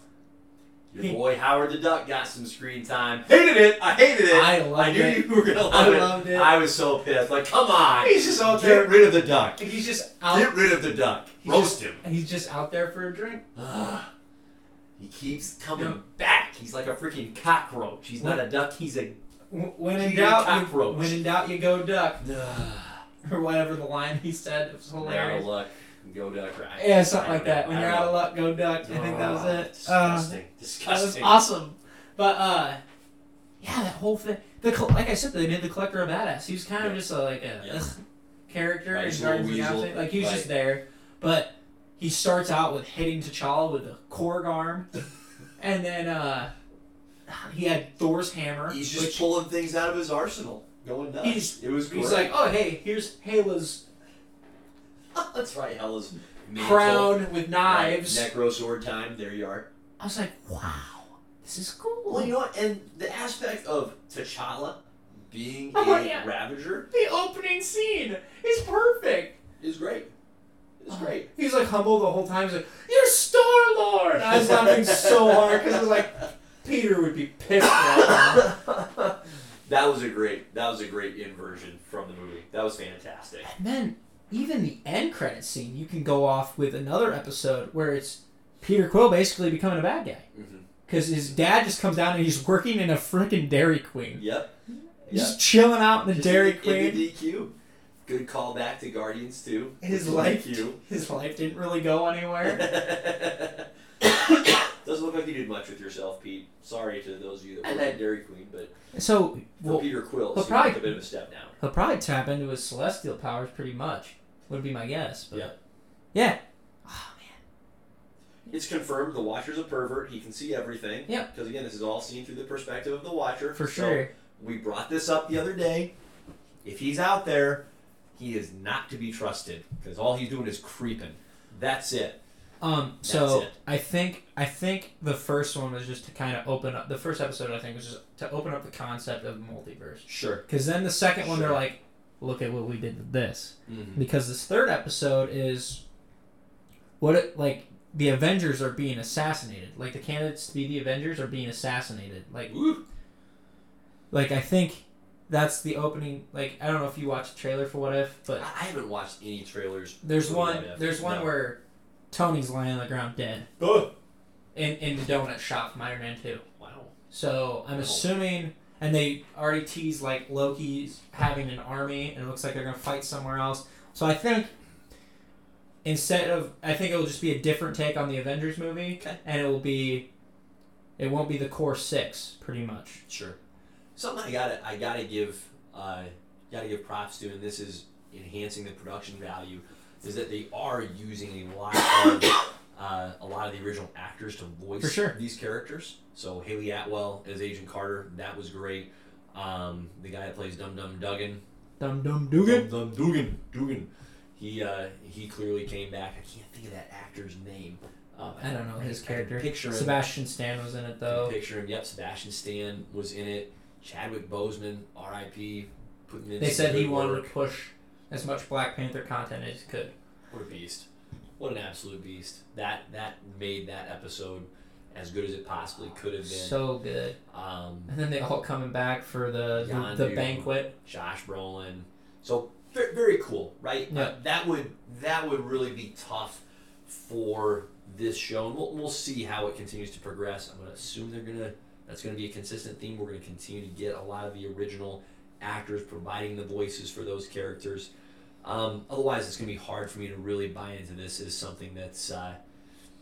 S4: your
S1: he-
S4: boy Howard the Duck got some screen time. Hated it. I hated it.
S1: I loved
S4: knew
S1: it.
S4: you were gonna love
S1: I
S4: it.
S1: loved it.
S4: I was so pissed. Like, come on.
S1: He's just out
S4: Get
S1: there.
S4: rid of the duck.
S1: He's just
S4: Get
S1: out.
S4: rid of the duck.
S1: He's
S4: Roast
S1: just,
S4: him.
S1: He's just out there for a drink.
S4: Ah, he keeps coming
S1: No.
S4: back. He's like a freaking cockroach. He's not a duck. He's a.
S1: W- When in
S4: He's a
S1: doubt, you,
S4: cockroach.
S1: when in doubt, you go duck,
S4: Ah,
S1: or whatever the line he said. It was
S4: out of
S1: hilarious.
S4: luck. Go duck. Right.
S1: Yeah, something
S4: I
S1: like
S4: don't know.
S1: that. When
S4: I
S1: you're
S4: don't
S1: out of
S4: know.
S1: luck, go duck. I think that was
S4: Ah,
S1: it. Uh,
S4: Disgusting.
S1: That was
S4: disgusting.
S1: awesome. But uh, yeah, that whole thing. The col- like I said, they made the collector a badass. He was kind of
S4: Yeah.
S1: just a, like a
S4: Yeah.
S1: ugh, character
S4: Right,
S1: in
S4: he's a
S1: Guardians of the
S4: little weasel.
S1: Galaxy. Like he was
S4: Right.
S1: just there, but he starts out with hitting T'Challa with a Korg arm, and then uh, he had Thor's hammer.
S4: He's just
S1: which
S4: pulling things out of his arsenal. Going nuts.
S1: He's-
S4: it was great.
S1: he's like, oh hey, here's Hela's
S4: Let's try Hella's mantle.
S1: crown with
S4: Right,
S1: knives.
S4: Necro sword time. There you are.
S1: I was like, wow, this is cool.
S4: Well, you know what? And the aspect of T'Challa being
S1: Oh,
S4: a
S1: yeah.
S4: Ravager
S1: the opening scene is perfect.
S4: is great. It's great.
S1: He's like humble the whole time. He's like, "You're Star Lord." I was laughing so hard because I was like, Peter would be pissed. Right
S4: that was a great. That was a great inversion from the movie. That was fantastic.
S1: and then even the end credit scene, you can go off with another episode where it's Peter Quill basically becoming a bad guy
S4: Mhm.
S1: because his dad just comes down and he's working in a freaking Dairy Queen,
S4: Yep.
S1: just chilling out in the
S4: Just
S1: Dairy
S4: in the-
S1: Queen.
S4: in the DQ. Good callback to Guardians too.
S1: his life,
S4: DQ.
S1: his life didn't really go anywhere.
S4: Doesn't look like you did much with yourself, Pete. Sorry to those of you that
S1: And
S4: were at
S1: then-
S4: Dairy Queen, but
S1: so
S4: for
S1: well,
S4: Peter Quill,
S1: but
S4: it seemed like
S1: probably-
S4: a bit of a step down.
S1: he'll probably tap into his celestial powers pretty much. Would be my guess. But
S4: Yeah.
S1: Yeah. Oh, man.
S4: It's confirmed the Watcher's a pervert. He can see everything.
S1: Yep.
S4: Because again, this is all seen through the perspective of the Watcher.
S1: For
S4: So,
S1: sure.
S4: We brought this up the other day. If he's out there, he is not to be trusted because all he's doing is creeping. That's it.
S1: Um, so
S4: That's it.
S1: I think I think the first one was just to kind of open up the first episode. I think was just to open up the concept of multiverse.
S4: Sure.
S1: Because then the second one,
S4: Sure.
S1: they're like, "Look at what we did with this."
S4: Mm-hmm.
S1: Because this third episode is what it like the Avengers are being assassinated. Like the candidates to be the Avengers are being assassinated. Like
S4: Woo.
S1: like I think that's the opening. Like I don't know if you watched the trailer for What If,
S4: I
S1: but
S4: I haven't watched any trailers.
S1: there's
S4: for
S1: one
S4: What If.
S1: there's one
S4: No.
S1: where Tony's lying on the ground dead
S4: Oh.
S1: in in the donut shop from Iron Man Two.
S4: Wow.
S1: So I'm
S4: No.
S1: assuming, and they already tease like Loki's having an army, and it looks like they're gonna fight somewhere else. So I think instead of, I think it will just be a different take on the Avengers movie,
S4: Okay.
S1: and it will be, it won't be the core six, pretty much.
S4: Sure. Something I gotta I gotta give uh, gotta give props to, and this is enhancing the production value, is that they are using a lot of uh, a lot of the original actors to voice
S1: For sure.
S4: these characters. So Haley Atwell as Agent Carter, that was great. Um, the guy that plays Dum Dum Duggan,
S1: Dum Dum Dugan.
S4: Dum Dum Dugan, Dugan. He uh, he clearly came back. I can't think of that actor's name. Um,
S1: I don't know his
S4: I can
S1: character.
S4: Picture him.
S1: Sebastian Stan was in it
S4: Can you
S1: though.
S4: Picture him. Yep, Sebastian Stan was in it. Chadwick Boseman, R.I.P. Putting in
S1: They
S4: some
S1: said he
S4: good
S1: wanted to
S4: work.
S1: push as much Black Panther content as he could.
S4: What a beast! What an absolute beast! That that made that episode as good as it possibly could have been.
S1: So good.
S4: um,
S1: And then they all coming back for the
S4: Yondu.
S1: the, the banquet.
S4: Josh Brolin. So ve- very cool, right?
S1: Yeah.
S4: Uh, that would that would really be tough for this show, and we'll, we'll see how it continues to progress. I'm going to assume they're going to. That's going to be a consistent theme. We're going to continue to get a lot of the original actors providing the voices for those characters. Um, otherwise, it's going to be hard for me to really buy into this as something that's uh,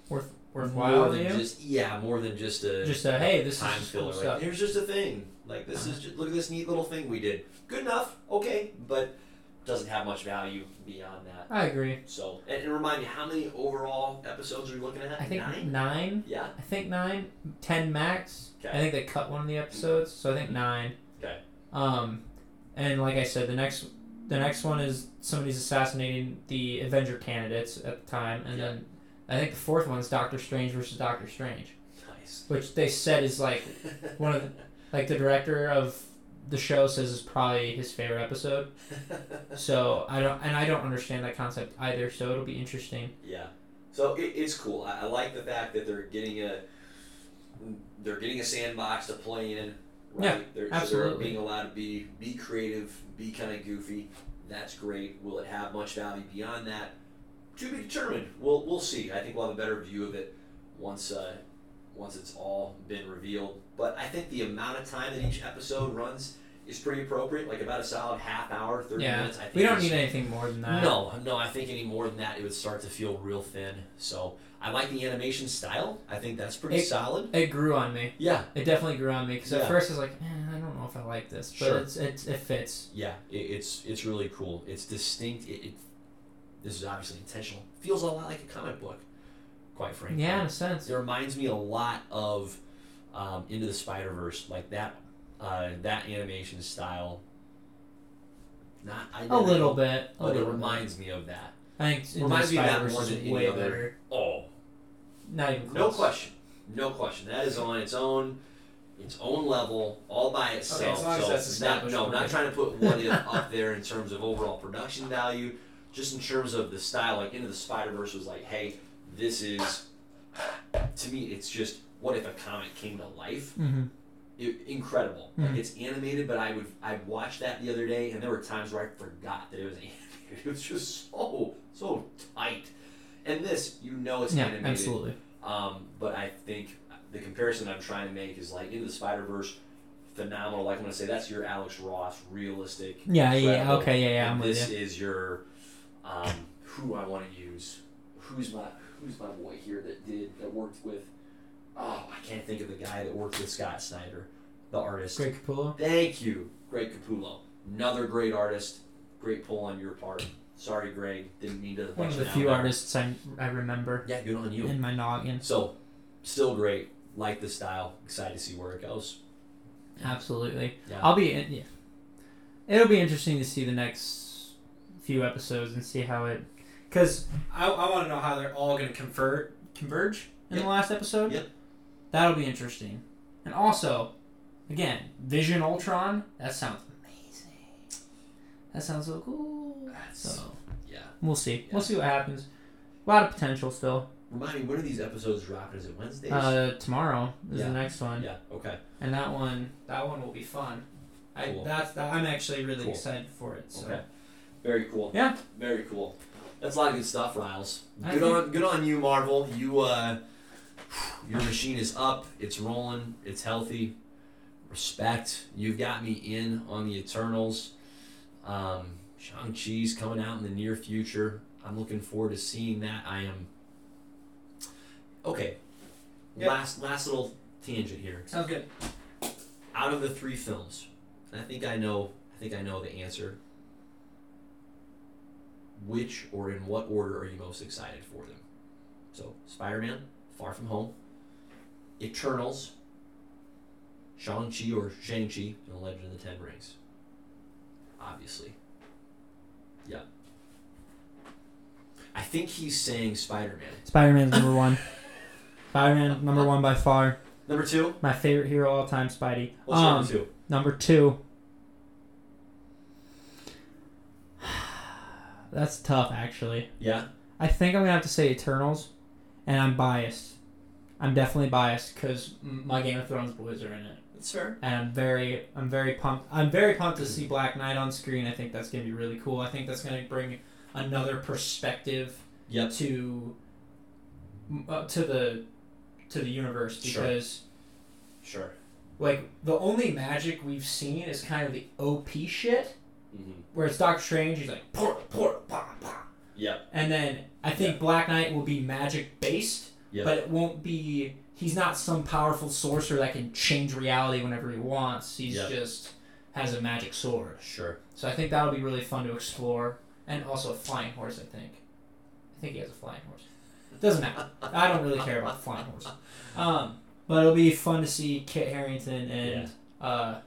S1: Worth
S4: more
S1: worthwhile to
S4: than
S1: you.
S4: just yeah, more than just a
S1: Just a hey, this
S4: time
S1: is cool
S4: filler.
S1: stuff. Uh-huh.
S4: Like, here's just a thing. Like this is just, look at this neat little thing we did. Good enough, okay, but doesn't have much value beyond that.
S1: I agree.
S4: So and, and remind me, how many overall episodes are we looking at?
S1: I think
S4: nine.
S1: nine.
S4: Yeah.
S1: I think nine, ten max.
S4: Okay. Mm-hmm.
S1: I think they cut one of the episodes, so I think nine.
S4: Okay.
S1: Um, and like I said, the next the next one is somebody's assassinating the Avenger candidates at the time, and
S4: Yeah.
S1: then I think the fourth one's Doctor Strange versus Doctor Strange,
S4: Nice.
S1: which they said is like one of like the director of the show says is probably his favorite episode. So I don't and I don't understand that concept either. So it'll be interesting.
S4: yeah. So it, it's cool. I, I like the fact that they're getting a they're getting a sandbox to play in. Right?
S1: Yeah,
S4: they're, So they're
S1: absolutely.
S4: being allowed to be be creative, be kind of goofy. That's great. Will it have much value beyond that? To be determined. We'll we'll see. I think we'll have a better view of it once uh, once it's all been revealed. But I think the amount of time that each episode runs is pretty appropriate. Like about a solid half hour, thirty
S1: Yeah.
S4: minutes. I think
S1: We don't
S4: is-
S1: need anything more than that.
S4: no, no, I think any more than that, it would start to feel real thin. So I like the animation style. I think that's pretty
S1: It-
S4: solid.
S1: It grew on me.
S4: Yeah,
S1: It definitely grew on me because
S4: Yeah.
S1: at first I was like, eh, I don't know if I like this, but
S4: Sure.
S1: it's, it's it fits.
S4: yeah, it, it's it's really cool. It's distinct. It, it this is obviously intentional. Feels a lot like a comic book, quite frankly.
S1: Yeah, in a sense.
S4: It reminds me a lot of um, Into the Spider Verse, like that uh, that animation style. Not
S1: A
S4: identical,
S1: little bit. A
S4: but it
S1: little
S4: reminds me of that.
S1: Bit. I think reminds
S4: reminds me
S1: Into the
S4: of that
S1: Spider-Verse
S4: more
S1: is
S4: than any
S1: way
S4: other.
S1: better.
S4: Oh,
S1: Not even
S4: No
S1: close.
S4: question. No question. That is on its own, its own level, all by itself.
S12: Okay, as long as
S4: so
S12: that's
S4: not,
S12: established,
S4: no,
S12: we're
S4: not
S12: good.
S4: trying to put what if up there in terms of overall production value, just in terms of the style. Like Into the Spider Verse was like, hey, this is to me, it's just what if a comic came to life?
S1: Mm-hmm.
S4: I incredible. Like
S12: Mm-hmm.
S1: Mhm.
S4: it's animated, but I would I watched that the other day, and there were times where I forgot that it was animated. It was just so so tight. And this, you know, it's
S1: Yeah,
S4: animated.
S1: absolutely.
S4: Um, but I think the comparison I'm trying to make is like into the Spider Verse, phenomenal. Like I'm gonna say that's your Alex Ross, realistic.
S1: Yeah, yeah,
S4: incredible.
S1: okay, yeah, yeah, I'm
S4: And
S1: with
S4: this
S1: you.
S4: is your um, who I want to use. Who's my who's my boy here that did that worked with? Oh, I can't think of the guy that worked with Scott Snyder, the artist.
S1: Greg Capullo.
S4: Thank you, Greg Capullo. Another great artist. Great pull on your part. Sorry, Greg. Didn't mean to. let
S1: One of
S4: you
S1: the
S4: down
S1: few
S4: there.
S1: artists I, I remember
S4: Yeah, good on you.
S1: in my noggin.
S4: So, still great. Like the style. Excited to see where it goes.
S1: Absolutely.
S4: Yeah.
S1: I'll be. in- Yeah. It'll be interesting to see the next few episodes and see how it. Because I, I want to know how they're all going to convert converge in
S4: Yep.
S1: the last episode.
S4: Yep.
S1: That'll be interesting. And also, again, Vision Ultron. That sounds amazing. That sounds so cool.
S4: That's,
S1: So
S4: yeah.
S1: we'll see.
S4: Yeah.
S1: We'll see what happens. A lot of potential still.
S4: Remind me, when are these episodes dropping? Is it Wednesdays?
S1: Uh, tomorrow is
S4: Yeah.
S1: the next one.
S4: yeah. Okay.
S1: and that one that one will be fun. I
S4: Cool.
S1: that's that, I'm actually really
S4: Cool.
S1: excited for it. So
S4: Okay. Very cool.
S1: Yeah.
S4: Very cool. That's a lot of good stuff, Riles.
S1: I
S4: Good
S1: think-
S4: on, good on you, Marvel. You, uh, your machine is up. It's rolling. It's healthy. Respect. You've got me in on the Eternals. Um, Shang Chi's coming out in the near future. I'm looking forward to seeing that. I am. Okay.
S1: Yep.
S4: Last last little tangent here
S1: sounds good.
S4: out of the three films, and I think I know. I think I know the answer. Which or in what order are you most excited for them? So, Spider-Man, Far From Home, Eternals, Shang-Chi or Shang-Chi, and The Legend of the Ten Rings. Obviously. Yeah. I think he's saying Spider-Man.
S1: Spider Man's number one. Spider Man number one by far.
S4: Number two?
S1: My favorite hero all time, Spidey.
S4: What's
S1: um,
S4: number two?
S1: number two. that's tough actually.
S4: Yeah.
S1: I think I'm gonna have to say Eternals, and I'm biased. I'm definitely biased because my Game of Thrones boys are in it,
S4: That's fair.
S1: and I'm very, I'm very pumped. I'm very pumped to see Black Knight on screen. I think that's gonna be really cool. I think that's gonna bring another perspective
S4: Yep.
S1: to uh, to the to the universe
S4: Sure.
S1: because
S4: Sure.
S1: like the only magic we've seen is kind of the OP shit
S4: Mm-hmm.
S1: where it's Doctor Strange. He's like port port bah, bah.
S4: Yep.
S1: and then I think Black Knight will be magic based,
S4: Yeah.
S1: but it won't be. He's not some powerful sorcerer that can change reality whenever he wants. He's
S4: Yeah.
S1: just has a magic sword.
S4: Sure.
S1: So I think that'll be really fun to explore, and also a flying horse. I think, I think he has a flying horse. Doesn't matter. I don't really care about the flying horse. Um, but it'll be fun to see Kit Harrington and uh,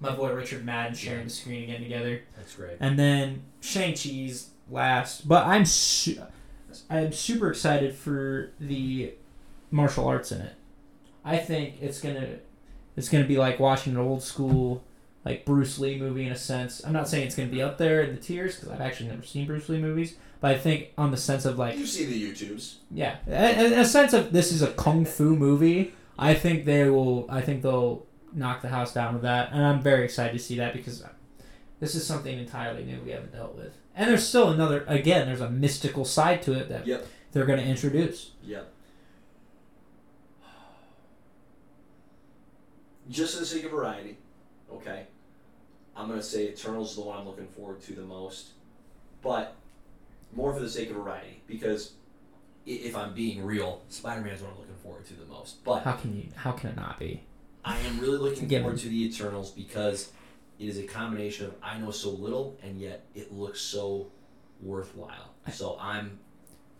S1: my boy Richard Madden sharing the screen again together,
S4: That's great.
S1: and then Shang Chi's last. But I'm su- I'm super excited for the martial arts in it. I think it's gonna it's gonna be like watching an old school like Bruce Lee movie in a sense. I'm not saying it's gonna be up there in the tiers because I've actually never seen Bruce Lee movies, but I think on the sense of like
S13: You see the YouTubes.
S1: yeah, in in a sense of this is a kung fu movie. I think they will. I think they'll knock the house down with that, and I'm very excited to see that because this is something entirely new we haven't dealt with. And there's still another. Again, there's a mystical side to it that
S4: Yep.
S1: they're going to introduce.
S4: Yep.
S13: Just for the sake of variety, okay? I'm gonna say Eternals is the one I'm looking forward to the most, but
S4: More for the sake of variety, because i- if I'm being real, Spider-Man is what I'm looking forward to the most. But
S1: How can you? How can it not be?
S4: I am really looking
S1: Given.
S4: forward to the Eternals because it is a combination of I know so little and yet it looks so worthwhile. So I'm,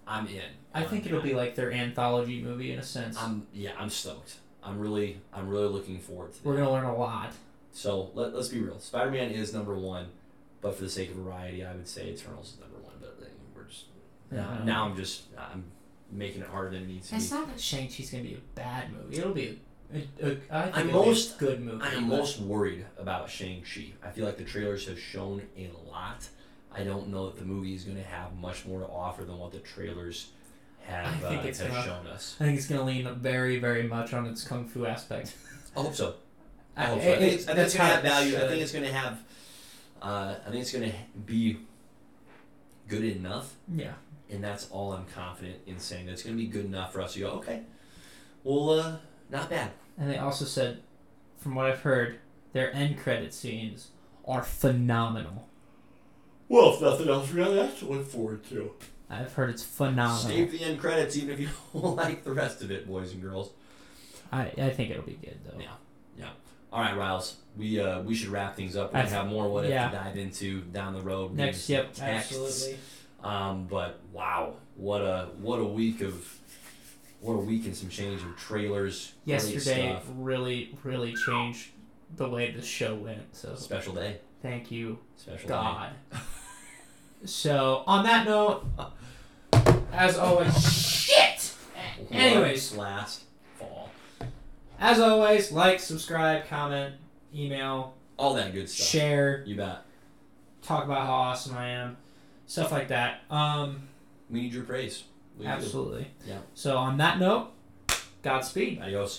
S4: I'm in.
S1: I think it'll be like their anthology movie in a sense.
S4: I'm yeah. I'm stoked. I'm really, I'm really looking forward to that.
S1: We're going to learn a lot.
S4: So let, let's be real. Spider Man is number one, but for the sake of variety, I would say Eternals is number one. But then we're just now,
S1: Yeah.
S4: now I'm just I'm making it harder than it needs to
S1: It's
S4: be.
S1: not that Shang Chi's going to be a bad movie. It'll be. A, a, a, I think
S4: I'm
S1: it'll be a
S4: most-
S1: good movie.
S4: I am
S1: but-
S4: most worried about Shang Chi. I feel like the trailers have shown a lot. I don't know that the movie is going to have much more to offer than what the trailers
S1: I
S4: have, uh,
S1: think it's
S4: have
S1: gonna-
S4: shown us.
S1: I think it's going to lean very, very much on its kung fu aspect.
S4: I
S1: Oh,
S4: hope so. I hope so.
S1: It-
S4: I think
S1: it-
S4: it's, I think
S1: that's
S4: it's gonna
S1: how
S4: have
S1: it
S4: value. I
S1: should.
S4: think it's gonna have. Uh, I think it's gonna be good enough,
S1: yeah.
S4: and that's all I'm confident in saying. That it's gonna be good enough for us to go. Okay, well, uh, not bad.
S1: And they also said, from what I've heard, their end credit scenes are phenomenal.
S4: Well, if nothing else, really, that's what forward to.
S1: I've heard it's phenomenal.
S4: Save the end credits, even if you don't like the rest of it, boys and girls.
S1: I, I think it'll be good though.
S4: Yeah. All right, Riles, we uh, we should wrap things up. We
S1: I
S4: can have more what if
S1: yeah.
S4: to dive into down the road.
S1: Next,
S4: Reading
S1: yep,
S4: some texts. Um, but wow, what a what a week of what a week and some change of trailers. great
S1: Yesterday
S4: stuff.
S1: really, really changed the way the show went. So
S4: special day,
S1: thank you,
S4: special day.
S1: God. so on that note, as always, shit.
S4: What
S1: Anyways.
S4: last fall,
S1: As always, like, subscribe, comment, email,
S4: all that good stuff.
S1: share.
S4: You bet.
S1: talk about how awesome I am, stuff like that. Um,
S4: We need your praise. We do.
S1: absolutely.
S4: Yeah.
S1: So on that note, Godspeed.
S4: Adios.